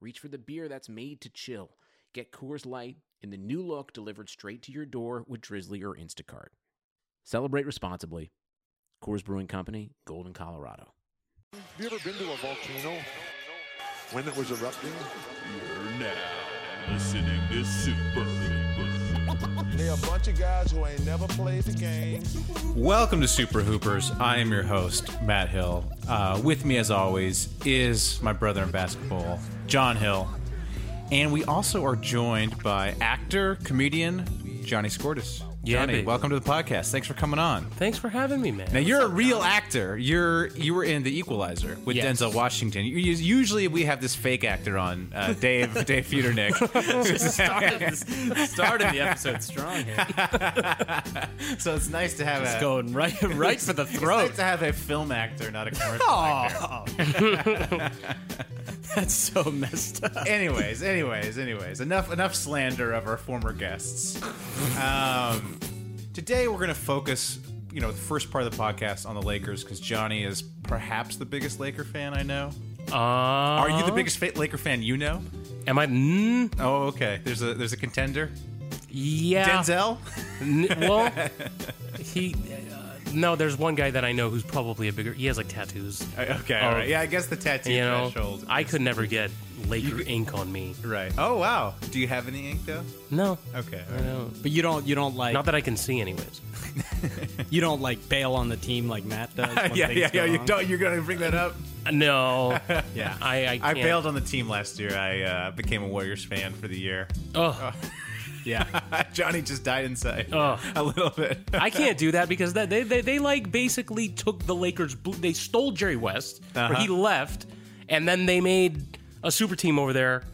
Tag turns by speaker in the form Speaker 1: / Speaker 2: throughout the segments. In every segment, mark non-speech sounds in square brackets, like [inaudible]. Speaker 1: reach for the beer that's made to chill. Get Coors Light in the new look delivered straight to your door with Drizzly or Instacart. Celebrate responsibly. Coors Brewing Company, Golden, Colorado.
Speaker 2: Have you ever been to a volcano when it was erupting?
Speaker 3: You're now listening to Super.
Speaker 2: They a bunch of guys who ain't never played the game.
Speaker 4: Welcome to Super Hoopers. I am your host, Matt Hill. Uh, with me, as always, is my brother in basketball, John Hill. And we also are joined by actor, comedian, Johnny Scortis.
Speaker 5: Yeah,
Speaker 4: Johnny,
Speaker 5: baby.
Speaker 4: welcome to the podcast. Thanks for coming on.
Speaker 5: Thanks for having me, man. [laughs]
Speaker 4: Now you're a real actor. You're you were in The Equalizer with
Speaker 5: Yes.
Speaker 4: Denzel Washington. You- you- Usually we have this fake actor on, uh,
Speaker 5: [laughs]
Speaker 4: Dave Dave Feudernick.
Speaker 5: started the episode strong here.
Speaker 4: [laughs] so it's nice to have a,
Speaker 5: [laughs] Going right right for the throat.
Speaker 4: It's nice to have a film actor, not a commercial actor.
Speaker 5: That's [laughs] so messed up.
Speaker 4: anyways, anyways, anyways, enough enough slander of our former guests. Um, today we're gonna focus, you know, the first part of the podcast on the Lakers because Johnny is perhaps the biggest Laker fan I know. Are you the biggest fa- Laker fan you know?
Speaker 5: Uh, Am I? Mm,
Speaker 4: Uh-huh. Oh, okay. There's a there's a contender.
Speaker 5: yeah.
Speaker 4: Denzel.
Speaker 5: N- [laughs] well, he. Uh, no, there's one guy that I know who's probably a bigger. He has like tattoos.
Speaker 4: Okay,
Speaker 5: Oh.
Speaker 4: all right. Yeah, [laughs] I guess the tattoo
Speaker 5: You know,
Speaker 4: threshold.
Speaker 5: I could never get Laker ink on me.
Speaker 4: Right. Oh wow. Do you have any ink though?
Speaker 5: No,
Speaker 4: Okay.
Speaker 5: I don't.
Speaker 6: But you don't you don't like
Speaker 5: Not that I can see, anyways. [laughs]
Speaker 6: you don't like bail on the team like Matt
Speaker 4: [laughs]
Speaker 6: does.
Speaker 4: [laughs]
Speaker 6: When
Speaker 4: yeah,
Speaker 6: things
Speaker 4: yeah, yeah.
Speaker 6: go
Speaker 4: You
Speaker 6: wrong.
Speaker 4: don't. You're gonna bring that up.
Speaker 5: Uh, [laughs] No,
Speaker 6: Yeah.
Speaker 5: I. I, can't.
Speaker 4: I bailed on the team last year. I uh, became a Warriors fan for the year. [laughs]
Speaker 5: Oh,
Speaker 6: yeah.
Speaker 4: Johnny just died inside.
Speaker 5: Oh.
Speaker 4: A little bit.
Speaker 5: I can't do that because that they, they, they like basically took the Lakers. Blue, they stole Jerry West, or
Speaker 4: Uh-huh.
Speaker 5: he left, and then they made a super team over there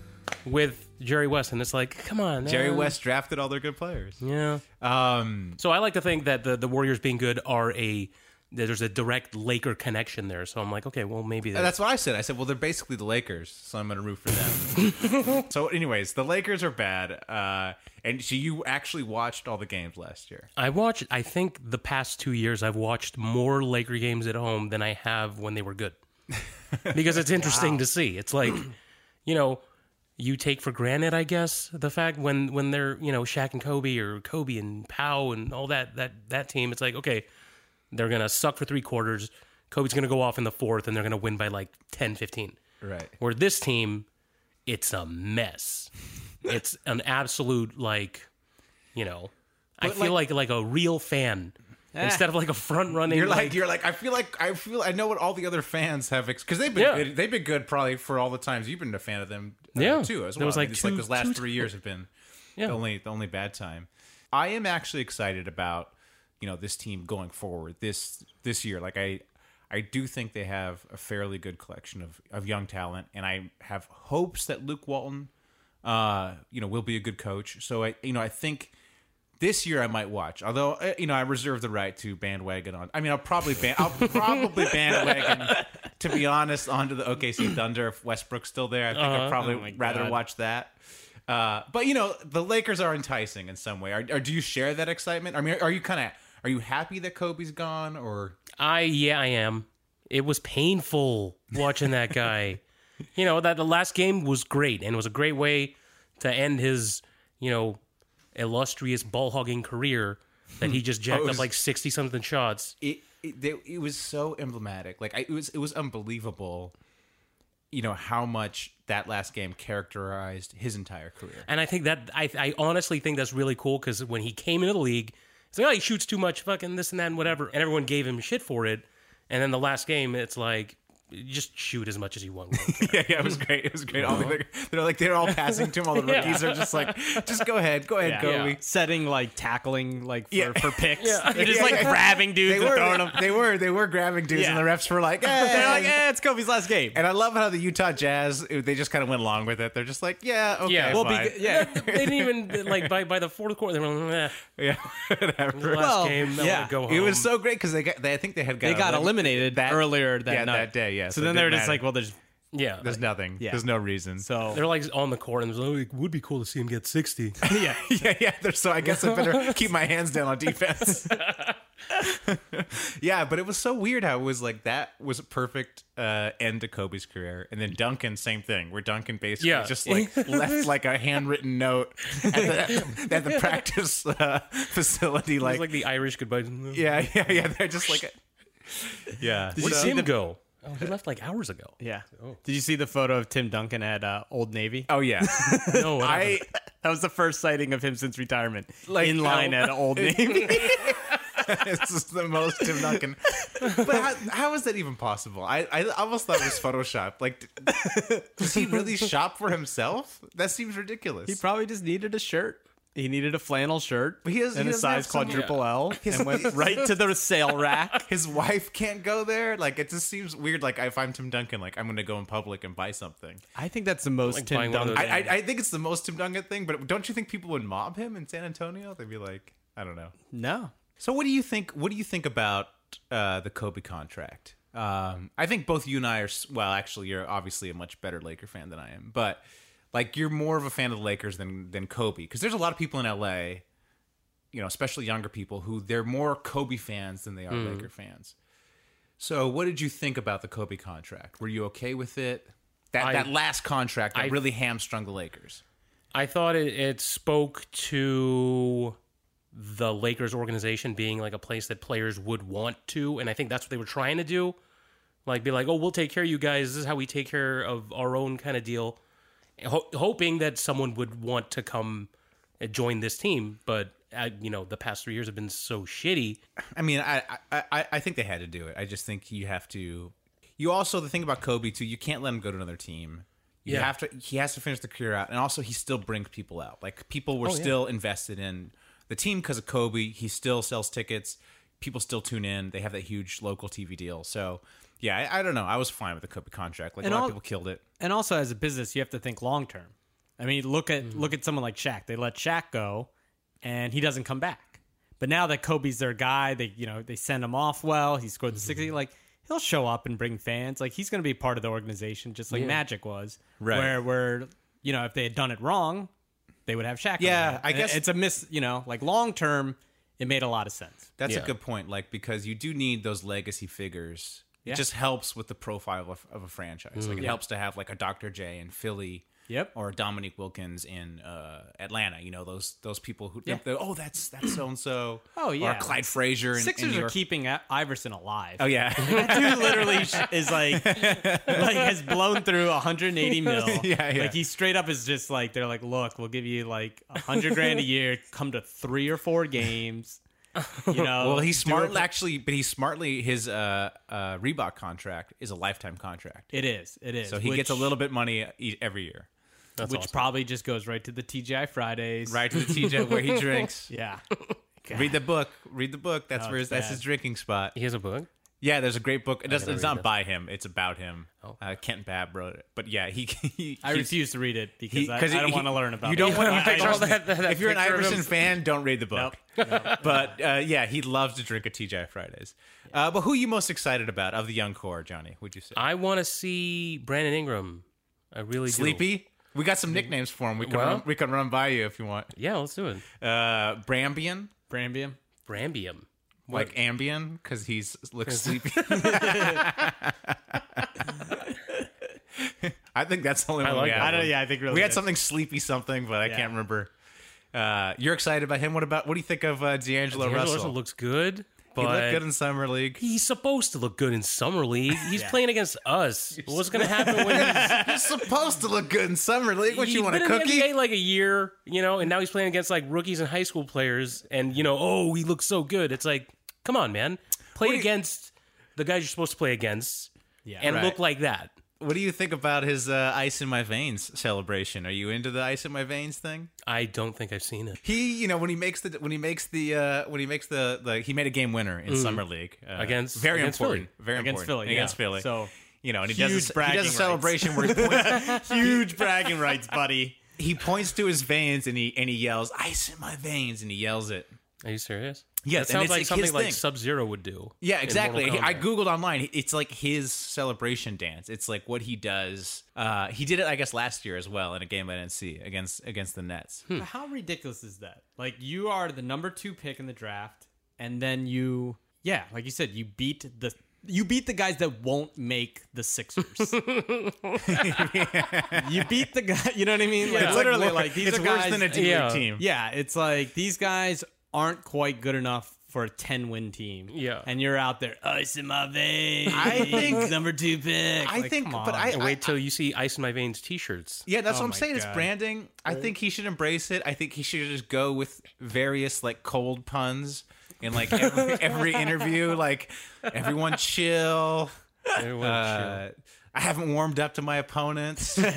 Speaker 5: with Jerry West, and it's like, come on, man.
Speaker 4: [laughs] Jerry West drafted all their good players.
Speaker 5: Yeah.
Speaker 4: Um,
Speaker 5: So I like to think that the the Warriors being good are a that there's a direct Laker connection there. So I'm like, okay, well maybe that's,
Speaker 4: that's what I said. I said, well, they're basically the Lakers, so I'm going to root for them.
Speaker 5: [laughs]
Speaker 4: so, anyways, the Lakers are bad. Uh, and so you actually watched all the games last year.
Speaker 5: I watched. I think the past two years I've watched more Laker games at home than I have when they were good, because it's interesting to see. It's like, you know, you take for granted, I guess, the fact when when they're you know Shaq and Kobe or Kobe and Powell and all that that that team. It's like okay, they're gonna suck for three quarters. Kobe's gonna go off in the fourth, and they're gonna win by like 10, 15.
Speaker 4: Right.
Speaker 5: Where this team, it's a mess. it's an absolute like, you know, I feel like, like a real fan instead of like a front running.
Speaker 4: Eh. You're like, you're like I feel like I feel I know what all the other fans have because they've been
Speaker 5: Yeah.
Speaker 4: good, they've been good probably for all the times you've been a fan of them uh,
Speaker 5: Yeah.
Speaker 4: too as well.
Speaker 5: There was,
Speaker 4: I mean,
Speaker 5: like,
Speaker 4: it's
Speaker 5: two-
Speaker 4: those last
Speaker 5: two-
Speaker 4: three years have been
Speaker 5: Yeah.
Speaker 4: the only the only bad time. I am actually excited about you know this team going forward this this year. Like I I do think they have a fairly good collection of of young talent, and I have hopes that Luke Walton uh you know will be a good coach. So I you know I think this year I might watch. Although uh, you know I reserve the right to bandwagon on. I mean I'll probably ban
Speaker 6: [laughs]
Speaker 4: I'll probably bandwagon to be honest onto the OKC Thunder if Westbrook's still there. I think I'd probably
Speaker 6: Oh my
Speaker 4: rather
Speaker 6: God.
Speaker 4: watch that. Uh, but you know the Lakers are enticing in some way. Are, are do you share that excitement? I mean are you kind of are you happy that Kobe's gone or
Speaker 5: I yeah, I am. It was painful watching
Speaker 4: [laughs]
Speaker 5: that guy. you know that the last game was great, and it was a great way to end his you know illustrious ball hogging career. That he just jacked
Speaker 4: Oh, it was-
Speaker 5: up like sixty something shots.
Speaker 4: it it, they, it was so emblematic. Like I, it was it was unbelievable. You know how much that last game characterized his entire career.
Speaker 5: And I think that I, I honestly think that's really cool because when he came into the league, it's like oh he shoots too much, fucking this and that and whatever, and everyone gave him shit for it. And then the last game, it's like just shoot as much as
Speaker 4: [laughs]
Speaker 5: you want.
Speaker 4: yeah, yeah, it was great. It was great. All the, they're like they're all passing to him. All
Speaker 6: [laughs]
Speaker 4: the
Speaker 5: Yeah.
Speaker 4: rookies are just like, just go ahead, go ahead,
Speaker 6: Yeah.
Speaker 4: Kobe. [laughs]
Speaker 6: setting like tackling like for,
Speaker 4: Yeah.
Speaker 6: for picks.
Speaker 5: Yeah.
Speaker 6: They're just
Speaker 4: Yeah,
Speaker 6: like
Speaker 4: yeah.
Speaker 6: grabbing dudes
Speaker 4: They
Speaker 6: and
Speaker 4: were,
Speaker 6: throwing them.
Speaker 4: they were, they were grabbing dudes, and
Speaker 6: Yeah.
Speaker 4: the refs were like, hey.
Speaker 6: [laughs] They're like, eh, it's Kobe's last game.
Speaker 4: And I love how the Utah Jazz, they just kind of went along with it. They're just like, yeah, okay,
Speaker 5: Yeah.
Speaker 4: yeah,
Speaker 5: Well,
Speaker 4: fine.
Speaker 6: beca- yeah.
Speaker 5: they didn't even like by by the fourth quarter. They were like, eh,
Speaker 4: yeah, [laughs] whatever.
Speaker 5: last game. I wanna
Speaker 6: yeah,
Speaker 5: go home.
Speaker 4: It was so great because they got, they, I think they had got
Speaker 6: They got eliminated
Speaker 4: that-
Speaker 6: earlier that
Speaker 4: yeah,
Speaker 6: night.
Speaker 4: that day, yeah, so
Speaker 6: So,
Speaker 4: it
Speaker 6: then they were
Speaker 4: didn't
Speaker 6: just
Speaker 4: matter.
Speaker 6: like,
Speaker 4: [laughs]
Speaker 6: well, there's
Speaker 5: yeah.
Speaker 4: There's nothing.
Speaker 6: Yeah.
Speaker 4: There's no reason.
Speaker 6: so
Speaker 5: They're like on the court and it, was like, it would be cool to see him get sixty. [laughs]
Speaker 6: yeah.
Speaker 4: yeah, [laughs] yeah. there's- So I guess I better keep my hands down on defense. [laughs] yeah, but it was so weird how it was like that was a perfect uh, end to Kobe's career, and then Duncan, same thing, where Duncan basically
Speaker 5: Yeah.
Speaker 4: just
Speaker 5: [laughs]
Speaker 4: like left like a handwritten note at the, at the practice uh, facility,
Speaker 5: It was
Speaker 4: like,
Speaker 5: like the Irish goodbye.
Speaker 4: yeah, [laughs] yeah, yeah. They're just like, yeah.
Speaker 5: Where did
Speaker 6: So-
Speaker 5: Tim go? Oh, he left like hours
Speaker 4: [laughs]
Speaker 5: ago.
Speaker 6: Yeah. Did you see the photo of Tim Duncan at uh, Old Navy?
Speaker 4: [laughs] Oh
Speaker 5: [laughs]
Speaker 4: yeah,
Speaker 5: No, I,
Speaker 4: I
Speaker 6: That was the first sighting of him since retirement.
Speaker 4: Like,
Speaker 6: in line
Speaker 4: no. [laughs]
Speaker 6: at Old Navy.
Speaker 4: this is the most Tim Duncan. But how, how is that even possible? I, I almost thought it was Photoshop. Like, d- does he really shop for himself? That seems ridiculous.
Speaker 6: he probably just needed a shirt. He needed a flannel shirt
Speaker 4: he has-
Speaker 6: and
Speaker 4: he
Speaker 6: a
Speaker 4: doesn't
Speaker 6: size
Speaker 4: have some-
Speaker 6: quadruple L, and went right to the sale rack.
Speaker 4: His wife can't go there. Like, it just seems weird. Like, if I'm Tim Duncan, like, I'm going to go in public and buy something.
Speaker 6: [laughs] I think that's the most
Speaker 5: Like
Speaker 6: Tim
Speaker 5: buying one of
Speaker 6: Duncan.
Speaker 5: those-
Speaker 4: I, I, I think it's the most Tim Duncan thing, but don't you think people would mob him in San Antonio? They'd be like, I don't know.
Speaker 6: no,
Speaker 4: So what do you think? What do you think about uh, the Kobe contract? Um, I think both you and I are. s- Well, actually, you're obviously a much better Laker fan than I am, but like you're more of a fan of the Lakers than than Kobe because there's a lot of people in LA, you know, especially younger people who they're more Kobe fans than they are
Speaker 5: Mm.
Speaker 4: Laker fans. So what did you think about the Kobe contract? Were you okay with it? That
Speaker 5: I-
Speaker 4: that last contract that
Speaker 5: I-
Speaker 4: really hamstrung the Lakers.
Speaker 5: I thought it, it spoke to the Lakers organization being like a place that players would want to, and I think that's what they were trying to do. Like, be like, oh, we'll take care of you guys. This is how we take care of our own kind of deal, Ho- hoping that someone would want to come and join this team. But uh, you know, the past three years have been so shitty.
Speaker 4: I mean, I, I I I think they had to do it. I just think you have to. You also the thing about Kobe too. You can't let him go to another team. You
Speaker 5: Yeah.
Speaker 4: have to. He has to finish the career out, and also he still brings people out. Like people
Speaker 6: Oh,
Speaker 4: were still invested in the team because of Kobe. He still sells tickets. People still tune in. They have that huge local TV deal. So yeah, I, I don't know. I was fine with the Kobe contract. Like
Speaker 6: And
Speaker 4: a lot
Speaker 6: all-
Speaker 4: of people killed it.
Speaker 6: and also as a business, you have to think long term. I mean, look at look at someone like Shaq. They let Shaq go, and he doesn't come back. But now that Kobe's their guy, they you know they send him off well. He scored the sixty. Like he'll show up and bring fans. Like he's going to be part of the organization, just like Magic was.
Speaker 4: Right.
Speaker 6: Where where you know if they had done it wrong, they would have Shaq. on
Speaker 4: Yeah,
Speaker 6: there.
Speaker 4: I guess-
Speaker 6: it's a miss. You know, like long term, it made a lot of sense.
Speaker 4: That's
Speaker 5: Yeah.
Speaker 4: a good point. Like because you do need those legacy figures.
Speaker 6: Yeah. Mm.
Speaker 4: It just helps with the profile of, of a franchise. Like it helps to have like a Dr. J in Philly.
Speaker 6: Yep.
Speaker 4: Or a Dominique Wilkins in uh, Atlanta. You know those those people who.
Speaker 6: Yeah.
Speaker 4: they're- oh, that's that's so and so.
Speaker 6: [clears throat] Oh, yeah.
Speaker 4: Or Clyde Frazier. In, in
Speaker 6: Sixers
Speaker 4: New
Speaker 6: are
Speaker 4: York.
Speaker 6: keeping I- Iverson alive.
Speaker 4: Oh
Speaker 6: [laughs]
Speaker 4: yeah.
Speaker 6: That dude literally sh-
Speaker 4: [laughs]
Speaker 6: is like, like has blown through 180 mil.
Speaker 4: Yeah, yeah.
Speaker 6: Like he straight up is just like, they're like, look, we'll give you like
Speaker 4: [laughs]
Speaker 6: 100 grand a year, come to three or four games.
Speaker 4: [laughs]
Speaker 6: You know,
Speaker 4: well, he's
Speaker 6: do
Speaker 4: smart.
Speaker 6: it-
Speaker 4: Actually, but he's smartly his uh, uh, Reebok contract is a lifetime contract,
Speaker 6: It is. It is.
Speaker 4: so he
Speaker 6: which-
Speaker 4: gets a little bit money e- every year.
Speaker 6: which probably just goes right to the TGI Fridays.
Speaker 4: Right to the TJ where he drinks.
Speaker 6: [laughs]
Speaker 4: [laughs]
Speaker 6: Yeah.
Speaker 4: Read the book. Read the book. That's
Speaker 6: Oh,
Speaker 4: where
Speaker 6: it's
Speaker 4: his, that's
Speaker 6: bad.
Speaker 4: his drinking spot.
Speaker 5: He has a book.
Speaker 4: Yeah, there's a great book. It doesn't,
Speaker 5: gotta
Speaker 4: it's
Speaker 5: read
Speaker 4: not
Speaker 5: this. Oh.
Speaker 4: by him. It's about him. Uh, Kent Babb wrote it. But yeah, he. [laughs] he
Speaker 6: I
Speaker 4: he's-
Speaker 6: refuse to read it because
Speaker 4: he-
Speaker 6: I, I
Speaker 4: 'cause he-
Speaker 6: don't
Speaker 4: he-
Speaker 6: want to learn about
Speaker 4: you
Speaker 6: it.
Speaker 4: don't
Speaker 6: [laughs]
Speaker 4: want to
Speaker 5: I saw that- that- that
Speaker 4: if you're an
Speaker 5: picture of
Speaker 4: Iverson
Speaker 5: him.
Speaker 4: fan, don't read the book. [laughs] but uh, yeah, he loves to drink at TGI Fridays. Uh, but who are you most excited about of the young core, Johnny? Would you say
Speaker 5: I want to see Brandon Ingram. I really do.
Speaker 4: Sleepy? We got some nicknames for him. We can
Speaker 5: Well-
Speaker 4: run, we can run by you if you want.
Speaker 5: Yeah, let's do it.
Speaker 4: Uh, Brambian,
Speaker 6: Brambium.
Speaker 5: Brambium.
Speaker 4: like Ambien, because he's looks [laughs] sleepy. I think that's the only one.
Speaker 5: like
Speaker 4: we
Speaker 5: that
Speaker 4: have.
Speaker 6: I don't. Yeah, I think really
Speaker 4: we had
Speaker 6: is.
Speaker 4: something sleepy something, but I can't remember. Uh, you're excited about him. What about what do you think of uh, D'Angelo,
Speaker 5: D'Angelo
Speaker 4: Russell?
Speaker 5: Russell looks good, but
Speaker 4: he looked good in summer league.
Speaker 5: he's supposed to look good in
Speaker 4: [laughs]
Speaker 5: summer league. He's playing against us. What's going to happen when he's
Speaker 4: He's supposed to look good in summer league. [laughs] What
Speaker 5: he's
Speaker 4: you want a
Speaker 5: been in the
Speaker 4: cookie?
Speaker 5: NBA like a year, you know, and now he's playing against like rookies and high school players, and you know, oh, he looks so good. It's like, come on, man, play against the guys you're supposed to play against.
Speaker 6: Yeah.
Speaker 5: and
Speaker 4: Right.
Speaker 5: look like that.
Speaker 4: What do you think about his uh, ice in my veins celebration? Are you into the ice in my veins thing?
Speaker 5: I don't think I've seen it.
Speaker 4: He, you know, when he makes the when he makes the uh, when he makes the, the he made a game winner in summer league uh,
Speaker 5: Against-
Speaker 4: very
Speaker 5: against
Speaker 4: important, very
Speaker 6: Against
Speaker 4: important
Speaker 6: Philly, yeah.
Speaker 4: against Philly.
Speaker 6: So,
Speaker 4: you know, and he
Speaker 6: huge
Speaker 4: does a, he
Speaker 6: bragging
Speaker 4: does a
Speaker 6: rights.
Speaker 4: celebration where he
Speaker 6: [laughs]
Speaker 4: points [laughs]
Speaker 6: Huge bragging rights, buddy.
Speaker 4: he points to his veins and he and he yells ice in my veins and he yells it.
Speaker 5: Are you serious?
Speaker 4: Yes,
Speaker 5: it
Speaker 4: and
Speaker 5: sounds
Speaker 4: it's
Speaker 5: like,
Speaker 4: like
Speaker 5: something
Speaker 4: his
Speaker 5: like
Speaker 4: thing.
Speaker 5: Sub Zero would do.
Speaker 4: Yeah,
Speaker 5: in
Speaker 4: exactly.
Speaker 5: Mortal
Speaker 4: I
Speaker 5: Kombat.
Speaker 4: googled online. It's like his celebration dance. It's like what he does. Uh, he did it, I guess, last year as well in a game I didn't see against against the Nets.
Speaker 6: How ridiculous is that? Like you are the number two pick in the draft, and then you, yeah, like you said, you beat the you beat the guys that won't make the Sixers. you beat the guy. You know what I mean? Like literally, like, these
Speaker 4: it's
Speaker 6: are
Speaker 4: worse
Speaker 6: guys.
Speaker 4: than a D
Speaker 5: yeah.
Speaker 4: team.
Speaker 6: yeah, it's like these guys aren't quite good enough for a ten win team.
Speaker 5: Yeah.
Speaker 6: and you're out there ice in my veins.
Speaker 4: I think-
Speaker 6: number two pick.
Speaker 4: I
Speaker 6: Like,
Speaker 4: think,
Speaker 6: come
Speaker 4: but
Speaker 6: on.
Speaker 4: I,
Speaker 5: And
Speaker 4: I-
Speaker 5: wait till you see Ice in My Veins T-shirts.
Speaker 4: yeah, that's
Speaker 6: Oh
Speaker 4: what I'm
Speaker 6: my
Speaker 4: saying. It's
Speaker 6: God.
Speaker 4: branding. I think he should embrace it. I think he should just go with various like cold puns in like
Speaker 6: [laughs]
Speaker 4: every, every interview. Like everyone chill.
Speaker 5: Everyone chill.
Speaker 4: Uh, I haven't warmed up to my opponents. [laughs]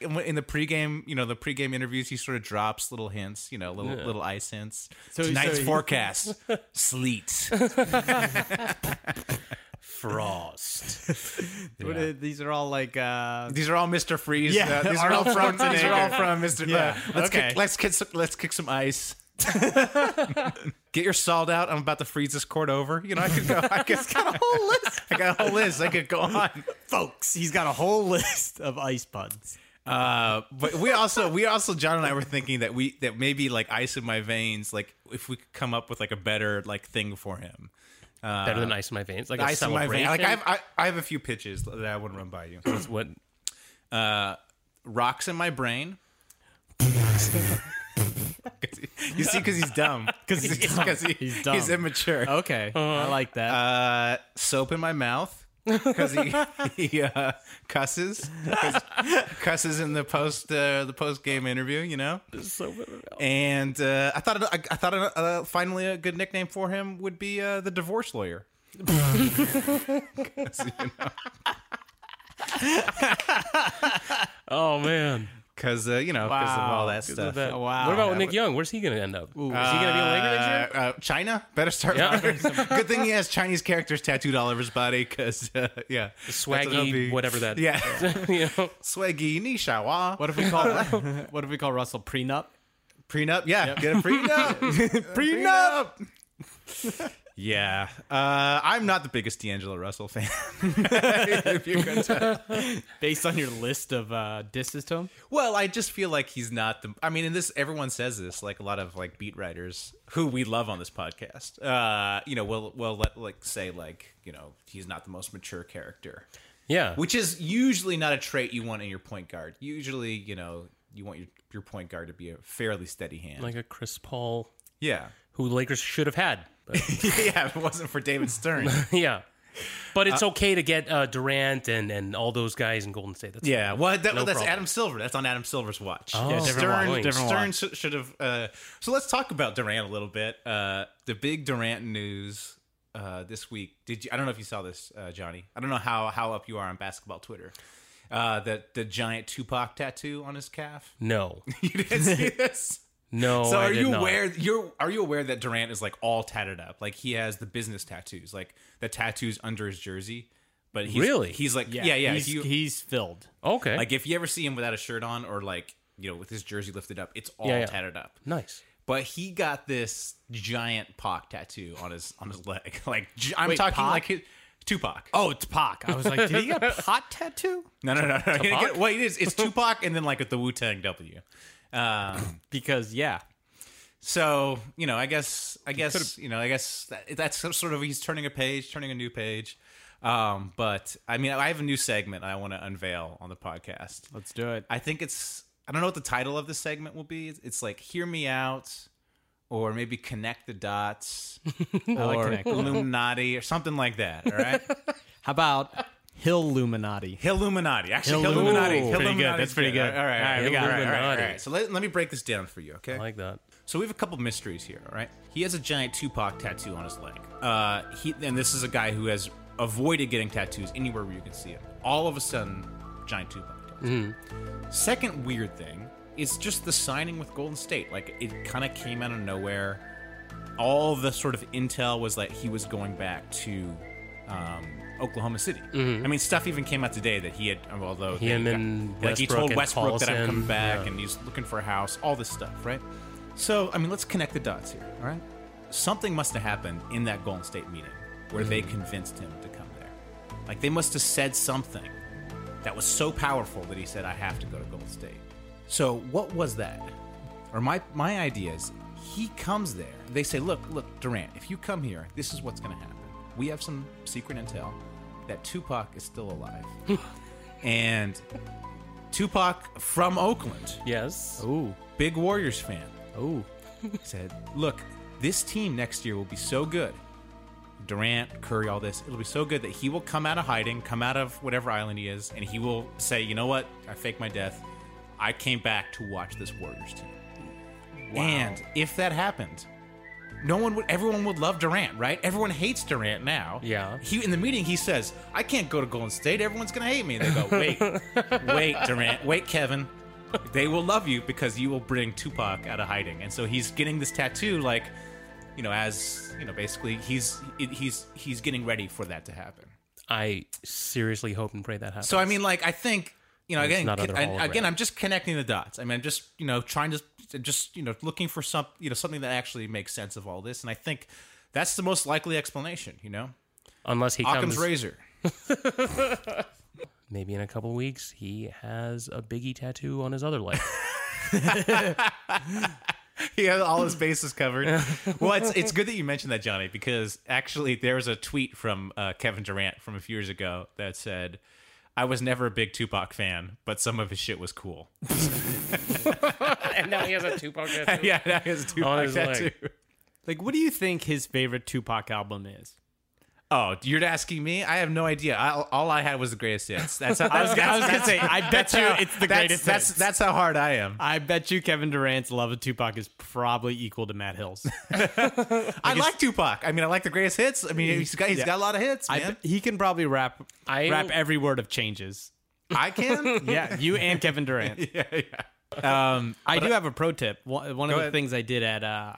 Speaker 4: In in the pregame, you know, the pregame interviews, he sort of drops little hints, you know, little little ice hints. Tonight's
Speaker 6: so he-
Speaker 4: forecast: sleet.
Speaker 5: Frost.
Speaker 6: What are- these are all like uh,
Speaker 4: These are all Mister Freeze.
Speaker 6: Yeah,
Speaker 4: uh, these [laughs] are all from. These are all
Speaker 6: Schwarzenegger.
Speaker 4: from Mister.
Speaker 6: Yeah,
Speaker 4: let's
Speaker 6: okay.
Speaker 4: kick, let's kick some, let's kick some [laughs] ice. Get your salt out. I'm about to freeze this court over. You know, I could go. I could, [laughs] got a whole list. I got a whole list. I could go on.
Speaker 6: [laughs] folks. He's got a whole list of ice buds.
Speaker 4: Uh, but we also we also John and I were thinking that we that maybe like ice in my veins, like if we could come up with like a better like thing for him.
Speaker 5: Better than Ice in My Veins. Like a
Speaker 4: Uh, Ice in my
Speaker 5: celebration.
Speaker 4: veins. Like I have I, I have a few pitches that I wouldn't run by you.
Speaker 5: That's what
Speaker 4: Rocks in my [laughs] brain. you see, because he's dumb. Because
Speaker 6: he's dumb. He's dumb. Oh.
Speaker 4: He's immature.
Speaker 6: Okay, I like that.
Speaker 4: Uh-huh. Uh, soap in my mouth. Because he, he uh, cusses, 'Cause- cusses in the post uh, the post game interview, you know.
Speaker 5: so better.
Speaker 4: And uh, I thought I, I thought uh, finally a good nickname for him would be uh, the divorce lawyer. 'Cause, you know,
Speaker 5: Oh man.
Speaker 4: 'cause, uh, you know, 'cause of all that
Speaker 5: Look at
Speaker 4: stuff.
Speaker 5: that.
Speaker 4: Uh,
Speaker 6: wow.
Speaker 5: What about
Speaker 6: That
Speaker 5: Nick Young? Where's he going to end up? Is he going to be a Laker this year?
Speaker 4: uh, China better start. [laughs]
Speaker 5: Yeah.
Speaker 4: good thing he has Chinese characters tattooed all over his body. Because uh, yeah, That's what it'll
Speaker 5: Swaggy,
Speaker 4: be.
Speaker 5: whatever
Speaker 4: [laughs]
Speaker 5: that.
Speaker 4: Yeah,
Speaker 5: [laughs] you know,
Speaker 4: swaggy nishawa.
Speaker 6: What if
Speaker 4: [laughs]
Speaker 6: we call [laughs] what if we call Russell prenup?
Speaker 4: prenup? Yeah, get a
Speaker 6: [laughs]
Speaker 4: prenup. prenup. [laughs] yeah, uh, I'm not the biggest D'Angelo Russell fan. [laughs] if you
Speaker 6: [laughs]
Speaker 4: can tell.
Speaker 6: Based on your list of uh, disses to him,
Speaker 4: Well, I just feel like he's not the. I mean, and this everyone says this, like a lot of like beat writers who we love on this podcast. Uh, you know, will will let like say like you know he's not the most mature character,
Speaker 5: yeah.
Speaker 4: which is usually not a trait you want in your point guard. Usually, you know, you want your your point guard to be a fairly steady hand.
Speaker 5: like a Chris Paul
Speaker 4: yeah, [laughs]
Speaker 5: who the Lakers should have had. But, [laughs]
Speaker 4: yeah. If it wasn't for David Stern,
Speaker 5: yeah. But it's okay to get uh, Durant and, and all those guys in Golden State. That's
Speaker 4: yeah. Well, that,
Speaker 5: No
Speaker 4: that's
Speaker 5: problem.
Speaker 4: Adam Silver. That's on Adam Silver's watch.
Speaker 5: Yeah, different
Speaker 4: Stern,
Speaker 5: watch.
Speaker 6: Oh. Different
Speaker 4: Stern
Speaker 6: watch.
Speaker 4: sh- should have. Uh, so let's talk about Durant a little bit. Uh, the big Durant news uh, this week. Did you? I don't know if you saw this, uh, Johnny. I don't know how how up you are on basketball Twitter. Uh, the the giant Tupac tattoo on his calf. [laughs]
Speaker 5: [laughs] No.
Speaker 4: You didn't
Speaker 5: [laughs]
Speaker 4: see this.
Speaker 5: No.
Speaker 4: so
Speaker 5: I
Speaker 4: are
Speaker 5: did
Speaker 4: you
Speaker 5: not.
Speaker 4: aware? You're are you aware that Durant is like all tatted up? Like he has the business tattoos, like the tattoos under his jersey. But he's,
Speaker 5: Really?
Speaker 4: he's like yeah yeah.
Speaker 6: he's,
Speaker 4: if you-
Speaker 6: he's filled.
Speaker 5: Okay.
Speaker 4: like if you ever see him without a shirt on or like you know with his jersey lifted up, it's all
Speaker 5: Yeah, yeah.
Speaker 4: tatted up.
Speaker 5: nice.
Speaker 4: But he got this giant Pac tattoo on his on his leg. [laughs] Like gi- I'm
Speaker 6: Wait,
Speaker 4: talking
Speaker 6: Pac?
Speaker 4: like his, Tupac.
Speaker 6: Oh, it's Pac. I was like, [laughs] did
Speaker 4: [laughs]
Speaker 6: he get a pot tattoo?
Speaker 4: no no no! [laughs] no. He didn't
Speaker 5: Tupac?
Speaker 4: get- well, it is
Speaker 6: [laughs]
Speaker 4: it's Tupac and then like the Wu Tang W. Um,
Speaker 6: Because yeah,
Speaker 4: so you know, I guess I guess you know, I guess that, that's some sort of he's turning a page, turning a new page. Um, but I mean, I have a new segment I want to unveil on the podcast.
Speaker 6: let's do it.
Speaker 4: I think it's I don't know what the title of this segment will be. It's, it's like hear me out or maybe connect the
Speaker 6: [laughs]
Speaker 4: dots
Speaker 6: like
Speaker 4: or
Speaker 6: Connect the Dots.
Speaker 4: Illuminati or something like that, all
Speaker 6: [laughs]
Speaker 4: right?
Speaker 6: How about Hill Illuminati?
Speaker 4: Illuminati. Actually,
Speaker 6: Hill-
Speaker 4: Illuminati.
Speaker 6: Ooh, pretty good. That's pretty good.
Speaker 4: All right. All right.
Speaker 5: All right,
Speaker 4: we got it. All right, all right, all
Speaker 5: Illuminati.
Speaker 4: right. So let, let me break this down for you, okay?
Speaker 5: I like that.
Speaker 4: So we have a couple mysteries here, all right? He has a giant Tupac tattoo on his leg. Uh, he and this is a guy who has avoided getting tattoos anywhere where you can see it. All of a sudden, giant Tupac tattoo. Second weird thing is just the signing with Golden State. Like it kind of came out of nowhere all the sort of intel was that he was going back to um, Oklahoma City. I mean, stuff even came out today that he had, although they
Speaker 5: Mm-hmm. Him
Speaker 4: got- like
Speaker 5: and
Speaker 4: he
Speaker 5: Westbrook
Speaker 4: told
Speaker 5: and
Speaker 4: Westbrook that I'm coming
Speaker 5: Paulson,
Speaker 4: back,
Speaker 5: yeah.
Speaker 4: and he's looking for a house, all this stuff, right? So, I mean, let's connect the dots here, all right? Something must have happened in that Golden State meeting where
Speaker 5: Mm-hmm.
Speaker 4: they convinced him to come there. Like they must have said something that was so powerful that he said, "I have to go to Golden State." So what was that? Or my my idea is he comes there. They say, "Look, look, Durant, if you come here, this is what's going to happen. We have some secret intel that Tupac is still alive, and Tupac from Oakland,
Speaker 5: Yes.
Speaker 6: Ooh,
Speaker 4: big Warriors fan,
Speaker 6: ooh.
Speaker 4: [laughs] said, "Look, this team next year will be so good. Durant, Curry, all this. It'll be so good that he will come out of hiding, come out of whatever island he is, and he will say, "You know what? I faked my death. I came back to watch this Warriors team." And if that happened, no one would everyone would love Durant, right? Everyone hates Durant now.
Speaker 5: Yeah.
Speaker 4: He in the meeting he says, "I can't go to Golden State. Everyone's going to hate me." They go, "Wait. wait, Durant. Wait, Kevin. They will love you because you will bring Tupac out of hiding." And so he's getting this tattoo like, you know, as, you know, basically he's he's he's getting ready for that to happen.
Speaker 5: I seriously hope and pray that happens.
Speaker 4: So I mean, like I think you know
Speaker 5: It's
Speaker 4: again,
Speaker 5: not
Speaker 4: con-
Speaker 5: under
Speaker 4: I- again,
Speaker 5: hologram.
Speaker 4: I'm just connecting the dots. I mean, I'm just you know trying to just you know looking for some you know something that actually makes sense of all this, and I think that's the most likely explanation. You know,
Speaker 5: unless he
Speaker 4: Occam's
Speaker 5: comes
Speaker 4: razor.
Speaker 5: maybe in a couple weeks, he has a biggie tattoo on his other leg.
Speaker 4: [laughs] he has all his bases covered. [laughs] well, it's it's good that you mentioned that, Johnny, because actually there was a tweet from uh, Kevin Durant from a few years ago that said, "I was never a big Tupac fan, but some of his shit was cool."
Speaker 5: [laughs] and now he has a [laughs] Tupac
Speaker 4: [laughs]
Speaker 5: tattoo.
Speaker 4: yeah, that is a Tupac
Speaker 5: On his leg.
Speaker 4: tattoo.
Speaker 6: Like, what do you think his favorite Tupac album is?
Speaker 4: Oh, you're asking me? I have no idea. I, all I had was the greatest hits. That's how,
Speaker 6: [laughs] I was, gonna- I was
Speaker 4: that's-
Speaker 6: gonna say, I
Speaker 4: [laughs]
Speaker 6: bet you
Speaker 4: that's how-
Speaker 6: it's the
Speaker 4: that's-
Speaker 6: greatest.
Speaker 4: That's
Speaker 6: hits.
Speaker 4: that's how hard I am.
Speaker 6: I bet you Kevin Durant's love of Tupac is probably equal to
Speaker 4: [laughs]
Speaker 6: Matt Hill's.
Speaker 4: I like Tupac. I mean, I like the greatest hits. I mean, he's got he's
Speaker 6: Yeah.
Speaker 4: got a lot of hits,
Speaker 6: I
Speaker 4: man.
Speaker 6: bet- he can probably rap
Speaker 5: I-
Speaker 6: rap every word of changes.
Speaker 4: I, [laughs] can.
Speaker 6: Yeah, you and Kevin Durant.
Speaker 4: [laughs]
Speaker 6: Um,
Speaker 4: yeah, yeah.
Speaker 6: I do have a pro tip. One, one of the
Speaker 4: ahead.
Speaker 6: things I did at uh,